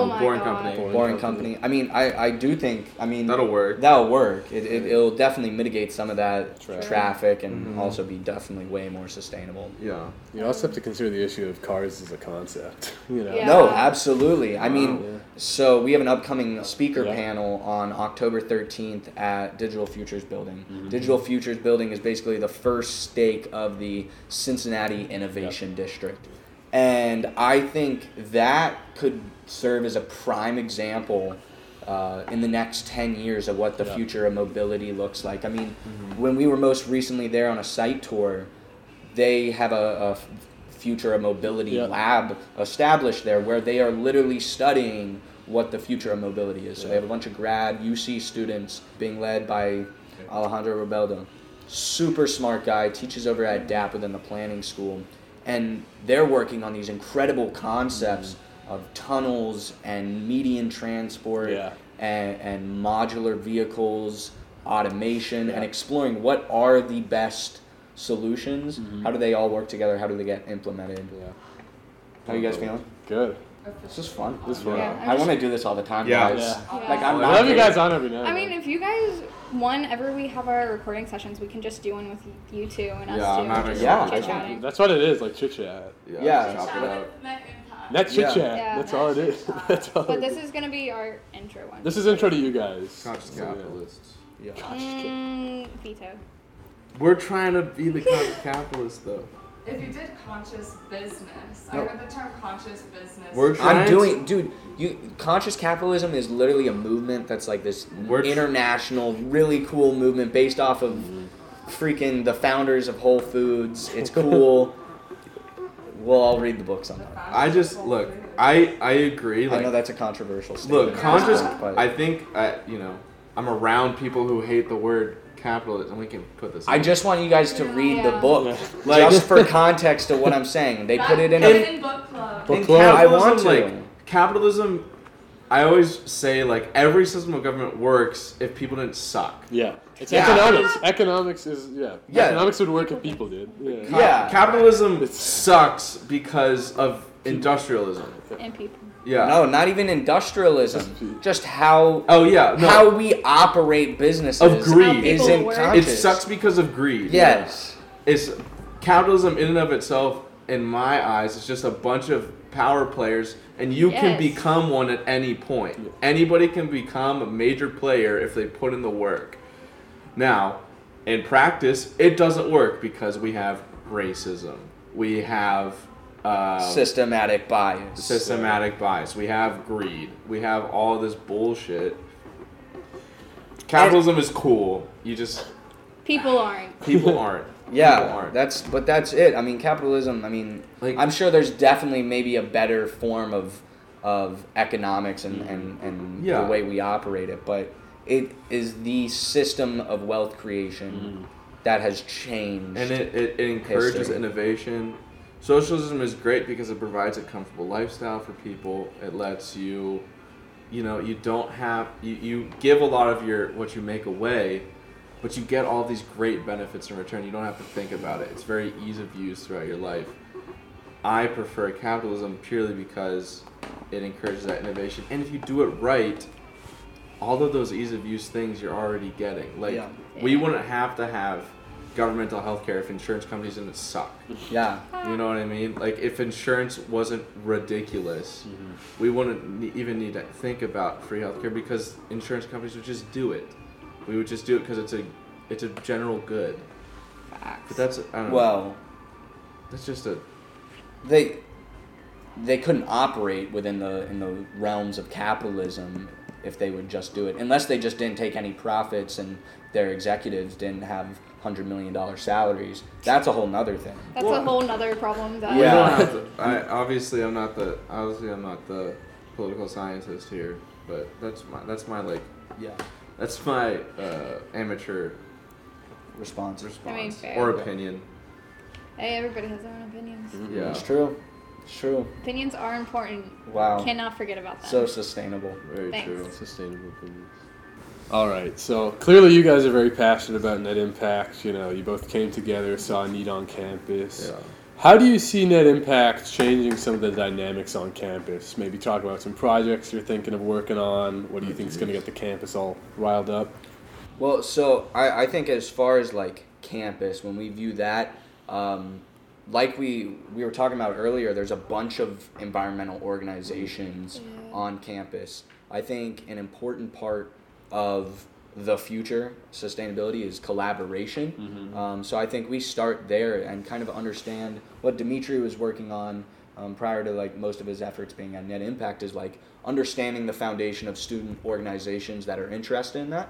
Speaker 2: Oh my
Speaker 5: Boring
Speaker 2: God.
Speaker 5: Company.
Speaker 4: Boring company. I mean, I, I do think I mean
Speaker 5: That'll work.
Speaker 4: that'll work. It, it it'll definitely mitigate some of that
Speaker 3: Traffic.
Speaker 4: traffic and
Speaker 5: Mhm.
Speaker 4: also be definitely way more sustainable.
Speaker 5: yeah.
Speaker 3: You also have to consider the issue of cars as a concept. You know.
Speaker 2: Yeah.
Speaker 4: No, absolutely. I
Speaker 5: Wow.
Speaker 4: mean,
Speaker 3: Yeah.
Speaker 4: so we have an upcoming speaker
Speaker 3: Yeah.
Speaker 4: panel on October 13th at Digital Futures Building.
Speaker 3: Mm-hmm.
Speaker 4: Digital Futures Building is basically the first stake of the Cincinnati Innovation District. And I think that could serve as a prime example uh, in the next 10 years of what the
Speaker 3: Yeah. Mm-hmm.
Speaker 4: future of mobility looks like. I mean, when we were most recently there on a site tour, they have a, a f- future of mobility
Speaker 3: Yeah.
Speaker 4: lab established there where they are literally studying what the future of mobility is. So they have a bunch of grad UC students being led by Alejandro Robeldo. Super smart guy, teaches over at DAP within the planning school. And they're working on these incredible concepts of tunnels and median transport
Speaker 3: Mm-hmm. Yeah.
Speaker 4: and, and modular vehicles, automation, and
Speaker 3: Yeah.
Speaker 4: exploring what are the best solutions.
Speaker 3: Mm-hmm.
Speaker 4: How do they all work together? How do they get implemented?
Speaker 3: Yeah.
Speaker 4: How you guys feeling?
Speaker 3: Good.
Speaker 4: This is fun.
Speaker 3: This one.
Speaker 2: Yeah.
Speaker 4: I want to do this all the time,
Speaker 5: Yeah.
Speaker 4: guys.
Speaker 3: Yeah.
Speaker 2: Yeah.
Speaker 4: Like I'm
Speaker 5: I
Speaker 4: not
Speaker 3: I love you
Speaker 4: kidding.
Speaker 3: guys on every now. and
Speaker 2: I mean,
Speaker 3: then.
Speaker 2: if you guys, whenever we have our recording sessions, we can just do one with you two and us
Speaker 5: Yeah,
Speaker 2: two.
Speaker 5: I'm having
Speaker 2: just
Speaker 4: a Yeah,
Speaker 2: keep
Speaker 4: I think-
Speaker 2: chatting.
Speaker 3: that's what it is, like chit chat.
Speaker 5: Yeah.
Speaker 4: Yeah.
Speaker 5: Chop it up.
Speaker 3: That's chit
Speaker 4: Yeah.
Speaker 3: chat.
Speaker 2: Yeah.
Speaker 3: That's all it is. That's all.
Speaker 2: But
Speaker 3: it
Speaker 2: this is gonna be our intro one.
Speaker 3: This is intro to you guys.
Speaker 5: Conscious
Speaker 3: So, yeah.
Speaker 5: capitalists.
Speaker 4: Yeah.
Speaker 2: Mm, veto.
Speaker 5: We're trying to be the conscious capitalists, though.
Speaker 6: If you did conscious business,
Speaker 4: No.
Speaker 6: I heard the term conscious business.
Speaker 5: We're
Speaker 4: I'm
Speaker 5: trying.
Speaker 4: doing, dude. You conscious capitalism is literally a movement that's like this
Speaker 5: We're tr-
Speaker 4: international, really cool movement based off of freaking the founders of Whole Foods. It's cool. we'll all read the book sometime.
Speaker 5: I just look. I I agree.
Speaker 4: I know
Speaker 5: Like
Speaker 4: that's a controversial statement.
Speaker 5: look,
Speaker 4: at this
Speaker 5: conscious.
Speaker 4: point, but
Speaker 5: I think I you know I'm around people who hate the word capitalist, and we can put this.
Speaker 4: I
Speaker 5: in.
Speaker 4: just want you guys to read the
Speaker 2: Yeah.
Speaker 4: book,
Speaker 5: Like-
Speaker 4: just for context of what I'm saying. They put it in a.
Speaker 6: in book club.
Speaker 3: Book
Speaker 5: And
Speaker 3: club.
Speaker 4: I want
Speaker 5: capitalism,
Speaker 4: to.
Speaker 5: Like capitalism, I always say like every system of government works if people didn't suck.
Speaker 3: Yeah. It's
Speaker 4: Yeah.
Speaker 3: economics. Economics is yeah.
Speaker 4: Yeah.
Speaker 3: Economics would work if people did. Yeah.
Speaker 4: Yeah.
Speaker 5: Capitalism sucks because of industrialism.
Speaker 2: And people.
Speaker 5: Yeah.
Speaker 4: No, not even industrialism. Just how
Speaker 5: Oh yeah. No.
Speaker 4: how we operate businesses
Speaker 5: Of greed.
Speaker 2: How people
Speaker 4: isn't
Speaker 2: work.
Speaker 4: conscious.
Speaker 5: it sucks because of greed.
Speaker 4: Yes.
Speaker 5: It's capitalism in and of itself, in my eyes, is just a bunch of power players, and you can
Speaker 2: Yes.
Speaker 5: become one at any point. Anybody can become a major player if they put in the work. Now, in practice, it doesn't work because we have racism. We have um,
Speaker 4: Systematic bias.
Speaker 5: systematic bias. We have greed. We have all this bullshit. Capitalism is cool. You just
Speaker 2: People aren't.
Speaker 5: people aren't. people
Speaker 4: Yeah,
Speaker 5: aren't.
Speaker 4: that's but that's it. I mean, capitalism. I mean,
Speaker 5: Like-
Speaker 4: I'm sure there's definitely maybe a better form of of economics and and, and
Speaker 5: Yeah.
Speaker 4: the way we operate it, but it is the system of wealth creation that has changed.
Speaker 5: Mm. and it, it, it encourages
Speaker 4: History.
Speaker 5: innovation. Socialism is great because it provides a comfortable lifestyle for people. It lets you, you know, you don't have you, you give a lot of your what you make away, but you get all these great benefits in return. You don't have to think about it. It's very ease of use throughout your life. I prefer capitalism purely because it encourages that innovation. And if you do it right, all of those ease of use things you're already getting. Like
Speaker 4: Yeah.
Speaker 5: we
Speaker 2: Yeah.
Speaker 5: wouldn't have to have governmental health care if insurance companies didn't suck.
Speaker 4: yeah,
Speaker 5: You know what I mean? Like if insurance wasn't ridiculous,
Speaker 4: Mm-hmm.
Speaker 5: we wouldn't ne- even need to think about free healthcare because insurance companies would just do it. We would just do it because it's a it's a general good.
Speaker 2: Facts.
Speaker 5: But that's I don't know.
Speaker 4: well,
Speaker 5: That's just a
Speaker 4: they they couldn't operate within the in the realms of capitalism if they would just do it unless they just didn't take any profits and their executives didn't have hundred million dollar salaries that's a whole nother thing
Speaker 2: That's
Speaker 5: Well-
Speaker 2: a whole nother problem. That
Speaker 5: We
Speaker 4: Yeah.
Speaker 5: don't have to- I obviously I'm not the obviously I'm not the political scientist here, but that's my that's my like
Speaker 4: yeah
Speaker 5: that's my uh, amateur
Speaker 4: response
Speaker 2: mean,
Speaker 5: response
Speaker 2: fair.
Speaker 5: or opinion.
Speaker 2: Hey, everybody has their own opinions.
Speaker 3: Mm-hmm.
Speaker 5: Yeah.
Speaker 4: it's true it's true
Speaker 2: Opinions are important.
Speaker 4: wow
Speaker 2: Cannot forget about that.
Speaker 4: so sustainable
Speaker 5: Very
Speaker 2: Thanks.
Speaker 5: true.
Speaker 3: Sustainable opinions. All right, so clearly you guys are very passionate about net impact. You know, you both came together, saw a need on campus.
Speaker 5: Yeah.
Speaker 3: How do you see net impact changing some of the dynamics on campus? Maybe talk about some projects you're thinking of working on. What do you think is going to get the campus all riled up?
Speaker 4: Well, so I, I think as far as like campus, when we view that, um, like we we were talking about earlier, there's a bunch of environmental organizations on campus. I think an important part of the future sustainability is collaboration. Um, so I think we start there and kind of understand what Dimitri was working on um, prior to like most of his efforts being at Net Impact is like understanding the foundation of student organizations that are interested in that,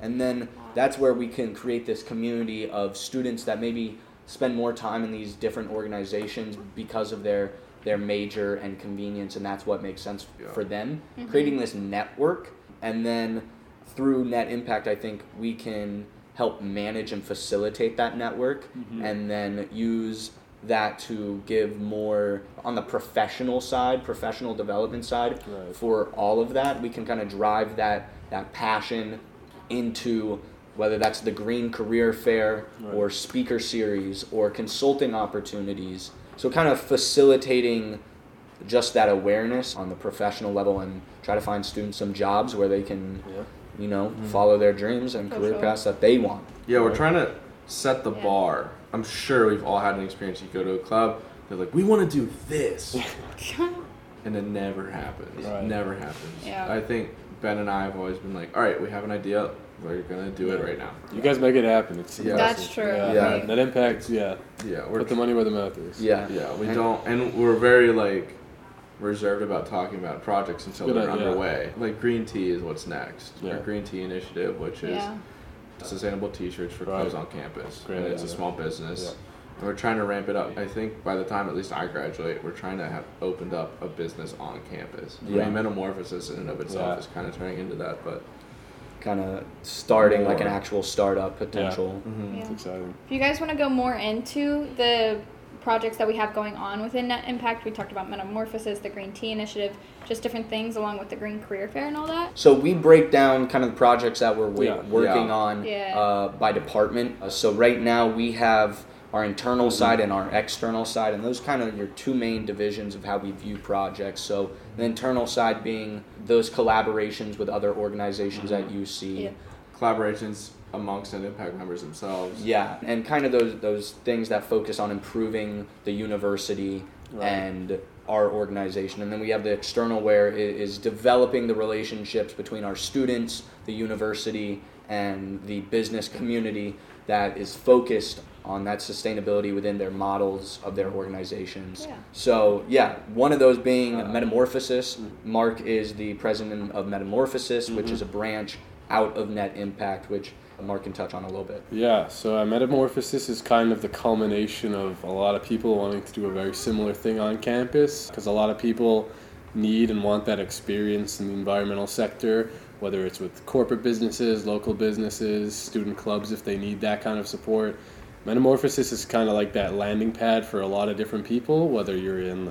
Speaker 4: and then that's where we can create this community of students that maybe spend more time in these different organizations because of their their major and convenience, and that's what makes sense
Speaker 5: Yeah.
Speaker 4: for them. Creating this network, and then through Net Impact, I think we can help manage and facilitate that network, and then use that to give more on the professional side, professional development side
Speaker 3: Right.
Speaker 4: for all of that. We can kind of drive that that passion into whether that's the Green Career Fair
Speaker 3: Right.
Speaker 4: or speaker series or consulting opportunities. So kind of facilitating just that awareness on the professional level and try to find students some jobs where they can
Speaker 3: Yeah.
Speaker 4: you know follow their dreams and
Speaker 2: For
Speaker 4: career
Speaker 2: sure.
Speaker 4: paths that they want
Speaker 5: Yeah, we're
Speaker 3: Right.
Speaker 5: trying to set the
Speaker 2: Yeah.
Speaker 5: bar. I'm sure we've all had an experience. You go to a club, they're like, "We want to do this," and it never happens.
Speaker 3: Right.
Speaker 5: Never happens.
Speaker 2: Yeah.
Speaker 5: I think Ben and I have always been like, "All right, we have an idea. We're gonna do it right now."
Speaker 3: You guys make it happen. It's
Speaker 5: Yeah.
Speaker 2: That's
Speaker 3: impressive.
Speaker 2: true.
Speaker 3: Yeah,
Speaker 5: Yeah.
Speaker 3: net impact. Yeah,
Speaker 5: Yeah, we're
Speaker 3: put the money where the mouth is.
Speaker 4: yeah
Speaker 5: Yeah, we don't, and we're very like reserved about talking about projects until
Speaker 3: Good
Speaker 5: they're
Speaker 3: idea.
Speaker 5: underway. Like green tea is what's next.
Speaker 3: Yeah.
Speaker 5: Our green tea initiative, which is
Speaker 2: yeah.
Speaker 5: sustainable T-shirts for
Speaker 3: Right.
Speaker 5: clubs on campus,
Speaker 3: Great
Speaker 5: and it's a
Speaker 3: idea.
Speaker 5: small business.
Speaker 3: Yeah.
Speaker 5: And we're trying to ramp it up. I think by the time at least I graduate, we're trying to have opened up a business on campus. I
Speaker 4: Yeah.
Speaker 5: mean, metamorphosis in and of itself
Speaker 3: Yeah.
Speaker 5: is kind of turning into that, but
Speaker 4: kind of starting like an
Speaker 5: More.
Speaker 4: actual startup potential
Speaker 2: Yeah.
Speaker 3: It's exciting.
Speaker 2: If you guys want to go more into the projects that we have going on within Net Impact, we talked about Metamorphosis, the Green Tea Initiative, just different things along with the Green Career Fair and all that.
Speaker 4: So we break down kind of the projects that we're wa-
Speaker 3: Yeah.
Speaker 4: working
Speaker 5: Yeah.
Speaker 4: on
Speaker 2: Yeah.
Speaker 4: uh, by department. Uh, so right now we have our internal side and our external side, and those kind of your two main divisions of how we view projects. So the internal side being those collaborations with other organizations at UC.
Speaker 2: Mm-hmm. Yeah.
Speaker 5: collaborations amongst and impact members themselves.
Speaker 4: Yeah, and kind of those those things that focus on improving the university
Speaker 3: Right.
Speaker 4: and our organization, and then we have the external where it is developing the relationships between our students, the university, and the business community that is focused on that sustainability within their models of their organizations.
Speaker 2: Yeah.
Speaker 4: So yeah, one of those being Metamorphosis. Mark is the president of Metamorphosis, which is a branch out of Net Impact, which Mark can touch on a little bit.
Speaker 3: Yeah, so uh, Metamorphosis is kind of the culmination of a lot of people wanting to do a very similar thing on campus because a lot of people need and want that experience in the environmental sector, whether it's with corporate businesses, local businesses, student clubs if they need that kind of support. Metamorphosis is kind of like that landing pad for a lot of different people, whether you're in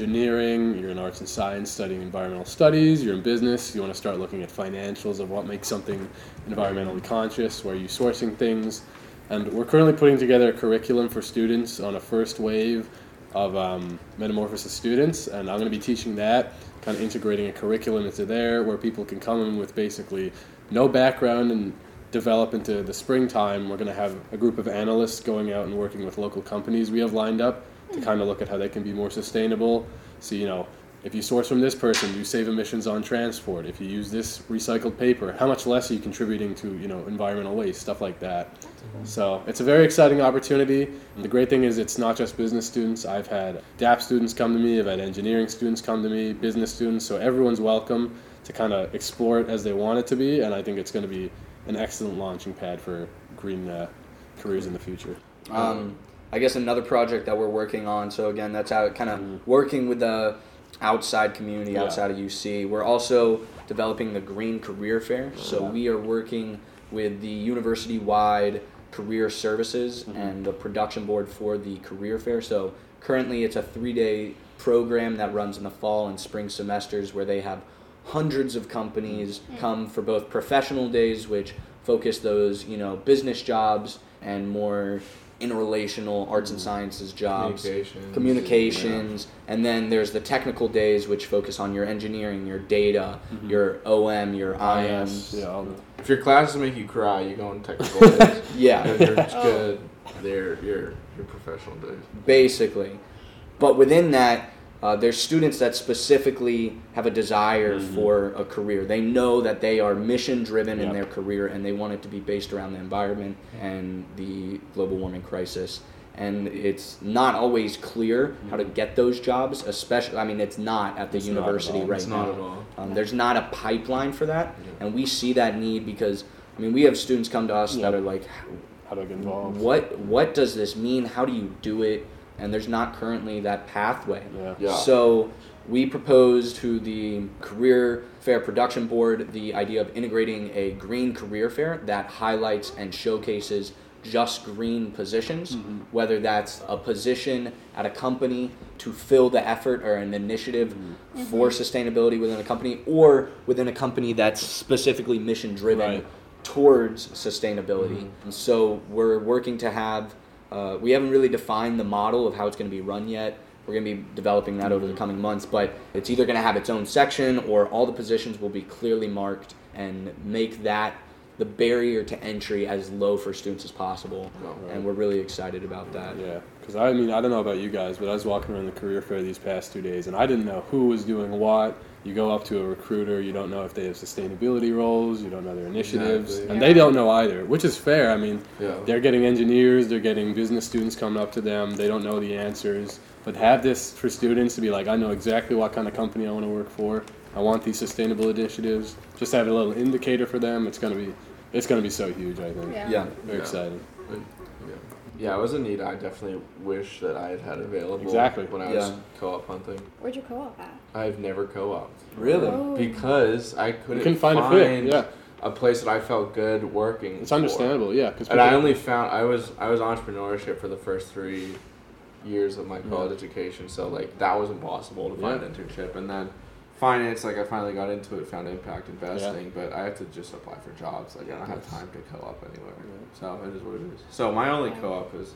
Speaker 3: engineering, you're in arts and science studying environmental studies, you're in business, you want to start looking at financials of what makes something environmentally conscious, where you're sourcing things. And we're currently putting together a curriculum for students on a first wave of um, Metamorphosis students, and I'm going to be teaching that, kind of integrating a curriculum into there where people can come in with basically no background and develop into the springtime. We're going to have a group of analysts going out and working with local companies we have lined up to kind of look at how they can be more sustainable. So, you know, if you source from this person, you save emissions on transport. If you use this recycled paper, how much less are you contributing to, you know, environmental waste, stuff like that. So it's a very exciting opportunity. The great thing is it's not just business students. I've had DAP students come to me, I've had engineering students come to me, business students, so everyone's welcome to kind of explore it as they want it to be, and I think it's going to be an excellent launching pad for green uh, careers in the future.
Speaker 4: Um, I guess another project that we're working on. So again, that's how it kind of working with the outside community
Speaker 3: Yeah.
Speaker 4: outside of UC. We're also developing the Green Career Fair. So we are working with the university-wide career services and the production board for the career fair. So currently, it's a three-day program that runs in the fall and spring semesters where they have hundreds of companies come for both professional days which focus those you know business jobs and more interrelational arts and sciences jobs
Speaker 5: Communications.
Speaker 4: communications and then there's the technical days which focus on your engineering your data your om your im
Speaker 3: Yeah, all the-
Speaker 5: If your classes make you cry, you go on technical days.
Speaker 4: yeah
Speaker 5: If you're good, they're your your professional days.
Speaker 4: basically. But within that, uh, there's students that specifically have a desire for a career. They know that they are mission driven in
Speaker 3: Yep.
Speaker 4: their career and they want it to be based around the environment and the global warming crisis. And it's not always clear how to get those jobs, especially, I mean, it's not at the
Speaker 3: It's not at
Speaker 4: university
Speaker 3: all.
Speaker 4: right
Speaker 5: It's
Speaker 4: now.
Speaker 5: not at all.
Speaker 4: Um, there's not a pipeline for that. And we see that need because, I mean, we have students come to us that
Speaker 3: Yeah.
Speaker 4: are like,
Speaker 3: how do I get involved?
Speaker 4: what what does this mean how do you do it and there's not currently that pathway
Speaker 3: Yeah.
Speaker 5: Yeah.
Speaker 4: so we proposed to the career fair production board the idea of integrating a green career fair that highlights and showcases just green positions
Speaker 3: Mm-hmm.
Speaker 4: whether that's a position at a company to fill the effort or an initiative
Speaker 3: Mm-hmm.
Speaker 4: for sustainability within a company or within a company that's specifically mission driven
Speaker 3: Right.
Speaker 4: towards sustainability. And so we're working to have, uh, we haven't really defined the model of how it's going to be run yet. We're going to be developing that over the coming months, but it's either going to have its own section or all the positions will be clearly marked and make that the barrier to entry as low for students as possible. And we're really excited about that.
Speaker 3: Yeah, because I mean, I don't know about you guys, but I was walking around the career fair these past two days, and I didn't know who was doing what. You go up to a recruiter, you don't know if they have sustainability roles, you don't know their initiatives,
Speaker 5: Exactly.
Speaker 3: and they don't know either, which is fair. I mean,
Speaker 5: Yeah.
Speaker 3: they're getting engineers, they're getting business students coming up to them, they don't know the answers. But have this for students to be like, I know exactly what kind of company I want to work for. I want these sustainable initiatives. Just have a little indicator for them. It's gonna be, it's gonna be so huge. I think.
Speaker 2: Yeah.
Speaker 4: Yeah.
Speaker 3: Very
Speaker 5: Yeah.
Speaker 3: exciting.
Speaker 5: Yeah. Yeah, it was a need I definitely wish that I had had available
Speaker 3: Exactly.
Speaker 5: when I was
Speaker 4: Yeah.
Speaker 5: co-op hunting.
Speaker 2: Where'd your co-op at?
Speaker 5: I've never co-op
Speaker 4: Really?
Speaker 2: Oh.
Speaker 5: because I couldn't
Speaker 3: couldn't find a fit, yeah.
Speaker 5: a place that I felt good working.
Speaker 3: It's
Speaker 5: for.
Speaker 3: understandable, yeah. Cause
Speaker 5: And I
Speaker 3: people-
Speaker 5: only found I was I was entrepreneurship for the first three years of my college education, so like that was impossible to find
Speaker 3: Yeah.
Speaker 5: an internship. And then finance, like I finally got into it, found impact investing, but I have to just apply for jobs. Like I don't have time to co-op anywhere, so it is what it is. So my only co-op is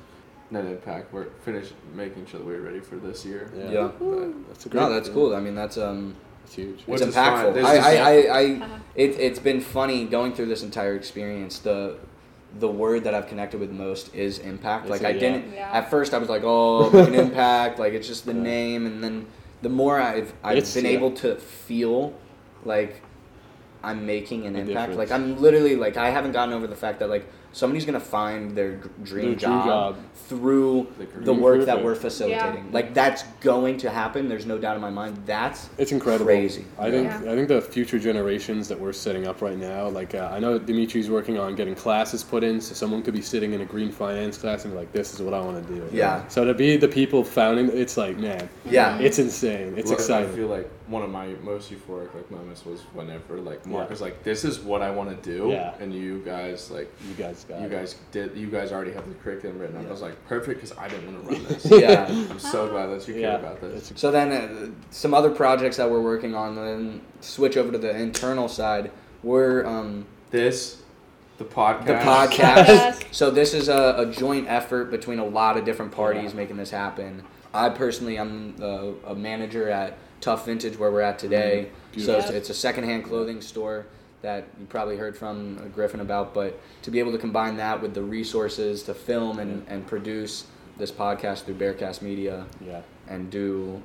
Speaker 5: net impact. We're finished making sure that we're ready for this year.
Speaker 3: Yeah.
Speaker 4: Yeah.
Speaker 5: But
Speaker 3: That's a great
Speaker 4: No, that's cool. I mean, that's um,
Speaker 3: It's huge.
Speaker 5: Which
Speaker 4: It's
Speaker 5: is fine.
Speaker 4: impactful.
Speaker 5: This
Speaker 4: I,
Speaker 5: is-
Speaker 4: I, I, I
Speaker 2: Uh-huh.
Speaker 4: it, it's been funny going through this entire experience. The the word that I've connected with most is impact.
Speaker 3: That's
Speaker 4: Like
Speaker 3: it,
Speaker 4: I
Speaker 3: yeah.
Speaker 4: didn't
Speaker 2: Yeah.
Speaker 4: at first. I was like, oh, like an impact. Like it's just the
Speaker 3: Yeah.
Speaker 4: name, and then the more I've I've
Speaker 3: It's-
Speaker 4: been
Speaker 3: yeah.
Speaker 4: able to feel like I'm making an
Speaker 3: A
Speaker 4: impact. Like
Speaker 3: difference.
Speaker 4: I'm literally like I haven't gotten over the fact that like somebody's gonna find their dr- dream,
Speaker 3: dream
Speaker 4: job,
Speaker 3: job.
Speaker 4: through
Speaker 5: The
Speaker 4: the,
Speaker 5: career.
Speaker 4: work that
Speaker 3: Perfect.
Speaker 4: we're facilitating. Like that's going to happen. There's no doubt in my mind. That's
Speaker 3: It's incredible.
Speaker 4: Crazy.
Speaker 3: I think
Speaker 2: Yeah.
Speaker 3: I think the future generations that we're setting up right now, like uh, I know Dimitri's working on getting classes put in, so someone could be sitting in a green finance class and be like, this is what I want to do.
Speaker 4: Yeah.
Speaker 3: So to be the people founding, it's like man,
Speaker 4: yeah.
Speaker 3: it's insane. It's
Speaker 5: Like, I
Speaker 3: exciting.
Speaker 5: feel like one of my most euphoric like moments was whenever like Mark was like, "This is what I want to do,"
Speaker 3: Yeah.
Speaker 5: and you guys like,
Speaker 3: You guys got
Speaker 5: you
Speaker 3: it.
Speaker 5: guys did, you guys already have the curriculum written. up. I was like, "Perfect," because I didn't want to run this.
Speaker 4: yeah.
Speaker 5: I'm so glad that you
Speaker 3: Yeah.
Speaker 5: care about this.
Speaker 4: So then, uh, some other projects that we're working on. Then switch over to the internal side. We're um,
Speaker 5: This, the podcast,
Speaker 4: the podcast.
Speaker 2: Podcast.
Speaker 4: So this is a, a joint effort between a lot of different parties making this happen. I personally, I'm a, a manager at Tough Vintage, where we're at today. So it's,
Speaker 2: Beautiful.
Speaker 4: it's a secondhand clothing store that you probably heard from uh, Griffin about. But to be able to combine that with the resources to film and, and produce this podcast through Bearcast Media
Speaker 3: Yeah.
Speaker 4: and do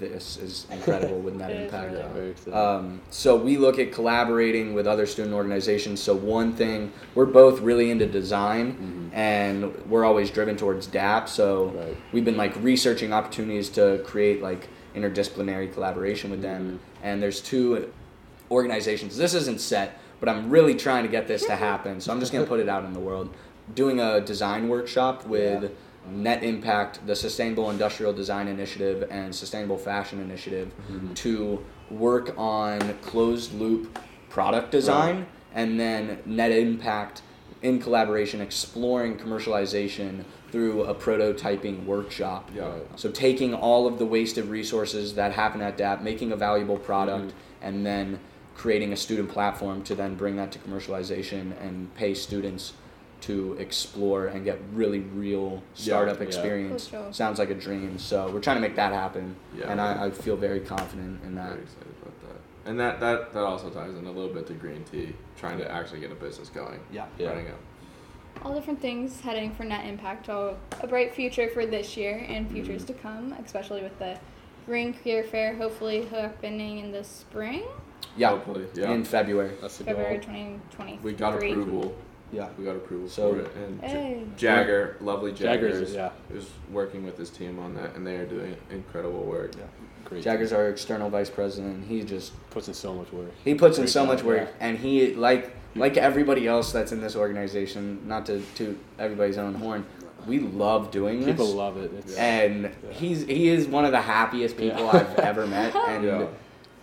Speaker 4: this is incredible with net
Speaker 2: It is
Speaker 4: impact.
Speaker 2: really-
Speaker 3: Yeah. Very exciting.
Speaker 4: Um, so we look at collaborating with other student organizations. So one thing we're both really into design, and we're always driven towards DAP. So
Speaker 3: Right.
Speaker 4: we've been like researching opportunities to create like interdisciplinary collaboration with them. And there's two organizations. This isn't set, but I'm really trying to get this to happen. So I'm just gonna put it out in the world. Doing a design workshop with
Speaker 3: Yeah.
Speaker 4: Net Impact, the Sustainable Industrial Design Initiative, and Sustainable Fashion Initiative to work on closed loop product design and then Net Impact in collaboration exploring commercialization through a prototyping workshop.
Speaker 5: Yeah.
Speaker 4: So taking all of the wasted resources that happen at DAP, making a valuable product, and then creating a student platform to then bring that to commercialization and pay students to explore and get really real startup
Speaker 3: yeah.
Speaker 4: experience.
Speaker 2: For sure.
Speaker 4: Sounds like a dream. So we're trying to make that happen.
Speaker 5: Yeah.
Speaker 4: And I, I feel very confident in
Speaker 5: I'm
Speaker 4: that.
Speaker 5: very excited about that. And that, that that also ties in a little bit to green tea, trying to actually get a business going.
Speaker 4: Yeah.
Speaker 3: Yeah.
Speaker 5: Running up.
Speaker 2: all different things heading for net impact all a bright future for this year
Speaker 5: Mm-hmm.
Speaker 2: and futures to come especially with the green career fair hopefully happening in the spring
Speaker 4: Yeah.
Speaker 5: Hopefully, yeah.
Speaker 4: In February.
Speaker 3: That's the
Speaker 2: february
Speaker 3: goal.
Speaker 2: 2023
Speaker 5: We got approval.
Speaker 4: Yeah.
Speaker 5: We got approval
Speaker 4: So-
Speaker 5: for it. And J-
Speaker 2: Hey.
Speaker 5: Jagger, lovely Jagger,
Speaker 3: Jaggers,
Speaker 5: is,
Speaker 3: yeah.
Speaker 5: is working with his team on that, and they are doing incredible work.
Speaker 4: Yeah.
Speaker 3: Great.
Speaker 4: Jagger's our external vice president. He just
Speaker 3: puts in so much work.
Speaker 4: He puts in
Speaker 3: Great
Speaker 4: so
Speaker 3: job,
Speaker 4: much work,
Speaker 3: yeah.
Speaker 4: and he like like everybody else that's in this organization. Not to toot everybody's own horn, we love doing this,
Speaker 3: People love it. It's,
Speaker 4: and he's he is one of the happiest people
Speaker 3: Yeah.
Speaker 4: I've ever met, and
Speaker 5: Yeah.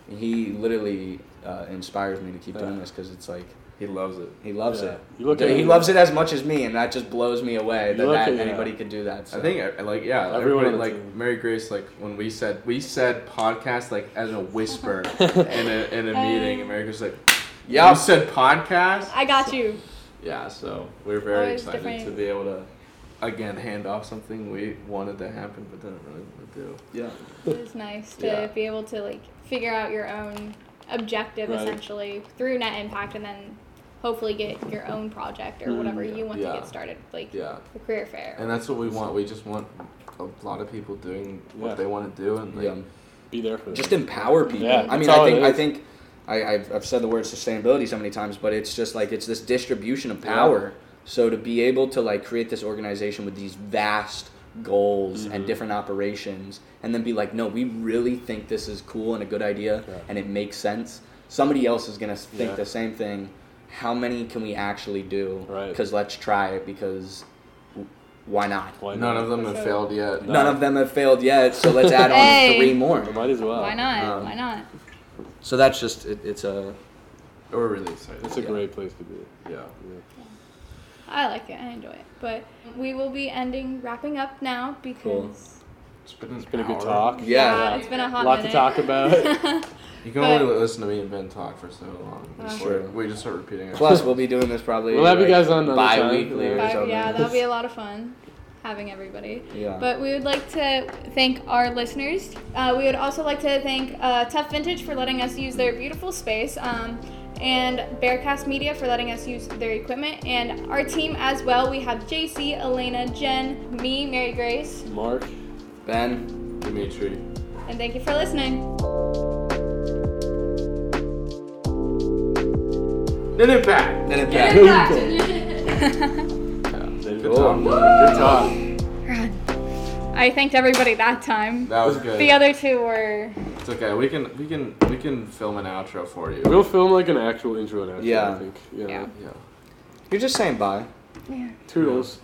Speaker 4: he literally uh, inspires me to keep doing
Speaker 3: Yeah.
Speaker 4: this because it's like
Speaker 5: He loves it.
Speaker 4: he loves
Speaker 3: Yeah.
Speaker 4: it.
Speaker 3: You look
Speaker 4: Dude,
Speaker 3: at
Speaker 4: he
Speaker 3: him.
Speaker 4: loves it as much as me, and that just blows me away
Speaker 3: You
Speaker 4: that,
Speaker 3: look
Speaker 4: that
Speaker 3: at- yeah.
Speaker 4: anybody could do that. So.
Speaker 5: I think I- like yeah,
Speaker 3: Everyone
Speaker 5: everyone
Speaker 3: on the
Speaker 5: like
Speaker 3: team.
Speaker 5: Mary Grace like when we said we said podcast like as a whisper in a in a meeting, and Mary Grace was like you
Speaker 4: yeah,
Speaker 5: said podcast.
Speaker 2: Um, i got you
Speaker 5: Yeah, so we're very
Speaker 2: Always
Speaker 5: excited
Speaker 2: different.
Speaker 5: to be able to again hand off something we wanted to happen but didn't really want to do.
Speaker 4: yeah,
Speaker 2: it was nice to
Speaker 5: Yeah.
Speaker 2: be able to like figure out your own objective
Speaker 3: Right.
Speaker 2: essentially through net impact and then hopefully get your own project or whatever you want
Speaker 5: Yeah.
Speaker 2: to get started like
Speaker 5: Yeah.
Speaker 2: the career fair
Speaker 5: And that's what we want. We just want a lot of people doing what
Speaker 3: Yeah.
Speaker 5: they want to do and like,
Speaker 4: yeah.
Speaker 3: Be there for
Speaker 4: just
Speaker 3: them.
Speaker 4: empower people.
Speaker 3: Yeah,
Speaker 4: I mean,
Speaker 3: that's
Speaker 4: I
Speaker 3: all it
Speaker 4: think I
Speaker 3: is.
Speaker 4: think I, I've, I've said the word sustainability so many times, but it's just like it's this distribution of power. So to be able to like create this organization with these vast goals
Speaker 3: Mm-hmm.
Speaker 4: and different operations, and then be like, no, we really think this is cool and a good idea,
Speaker 3: Yeah.
Speaker 4: and it makes sense. Somebody else is gonna think
Speaker 3: Yeah.
Speaker 4: the same thing. How many can we actually do?
Speaker 3: Right.
Speaker 4: Because let's try it. Because w- why not?
Speaker 3: Why
Speaker 5: none
Speaker 3: not?
Speaker 5: of them have
Speaker 2: Okay.
Speaker 5: failed yet.
Speaker 4: None of them have failed yet, so let's add on
Speaker 2: Hey.
Speaker 4: three more.
Speaker 3: Might as well.
Speaker 2: why not
Speaker 4: Um,
Speaker 2: why not
Speaker 4: So that's just it, it's a
Speaker 5: We're really excited.
Speaker 3: It's a
Speaker 4: Yeah.
Speaker 3: great place to be.
Speaker 5: yeah.
Speaker 2: I like it. I enjoy it. But we will be ending, wrapping up now because
Speaker 4: Cool.
Speaker 5: It's been,
Speaker 3: It's been a good talk.
Speaker 2: yeah,
Speaker 4: Yeah.
Speaker 2: it's been a
Speaker 3: A
Speaker 2: hot
Speaker 3: lot to
Speaker 2: minute.
Speaker 3: talk about.
Speaker 5: You can
Speaker 2: But-
Speaker 5: only listen to me and Ben talk for so long. before
Speaker 4: Sure.
Speaker 5: We just start repeating it.
Speaker 4: Plus, we'll be doing this probably.
Speaker 3: We'll have you
Speaker 4: like,
Speaker 3: guys on another time.
Speaker 4: bi-weekly or
Speaker 2: But
Speaker 4: something.
Speaker 2: yeah, that'll be a lot of fun. having everybody.
Speaker 4: Yeah.
Speaker 2: But we would like to thank our listeners. Uh, we would also like to thank uh, Tough Vintage for letting us use their beautiful space, um, and Bearcast Media for letting us use their equipment, and our team as well. We have JC, Elena, Jen, me, Mary Grace,
Speaker 3: Mark.
Speaker 4: Ben,
Speaker 5: Dimitri.
Speaker 2: and thank you for listening.
Speaker 5: Then it back.
Speaker 4: then it
Speaker 6: Get
Speaker 4: back.
Speaker 6: it back.
Speaker 5: Good
Speaker 4: Cool.
Speaker 5: talk. Good talk.
Speaker 2: I thanked everybody that time.
Speaker 5: That was good.
Speaker 2: The other two were.
Speaker 5: It's okay. We can we can we can film an outro for you.
Speaker 3: We'll film like an actual intro and outro.
Speaker 4: Yeah.
Speaker 3: I think. Yeah.
Speaker 2: Yeah.
Speaker 5: yeah.
Speaker 4: You're just saying bye.
Speaker 2: Yeah.
Speaker 3: Toodles.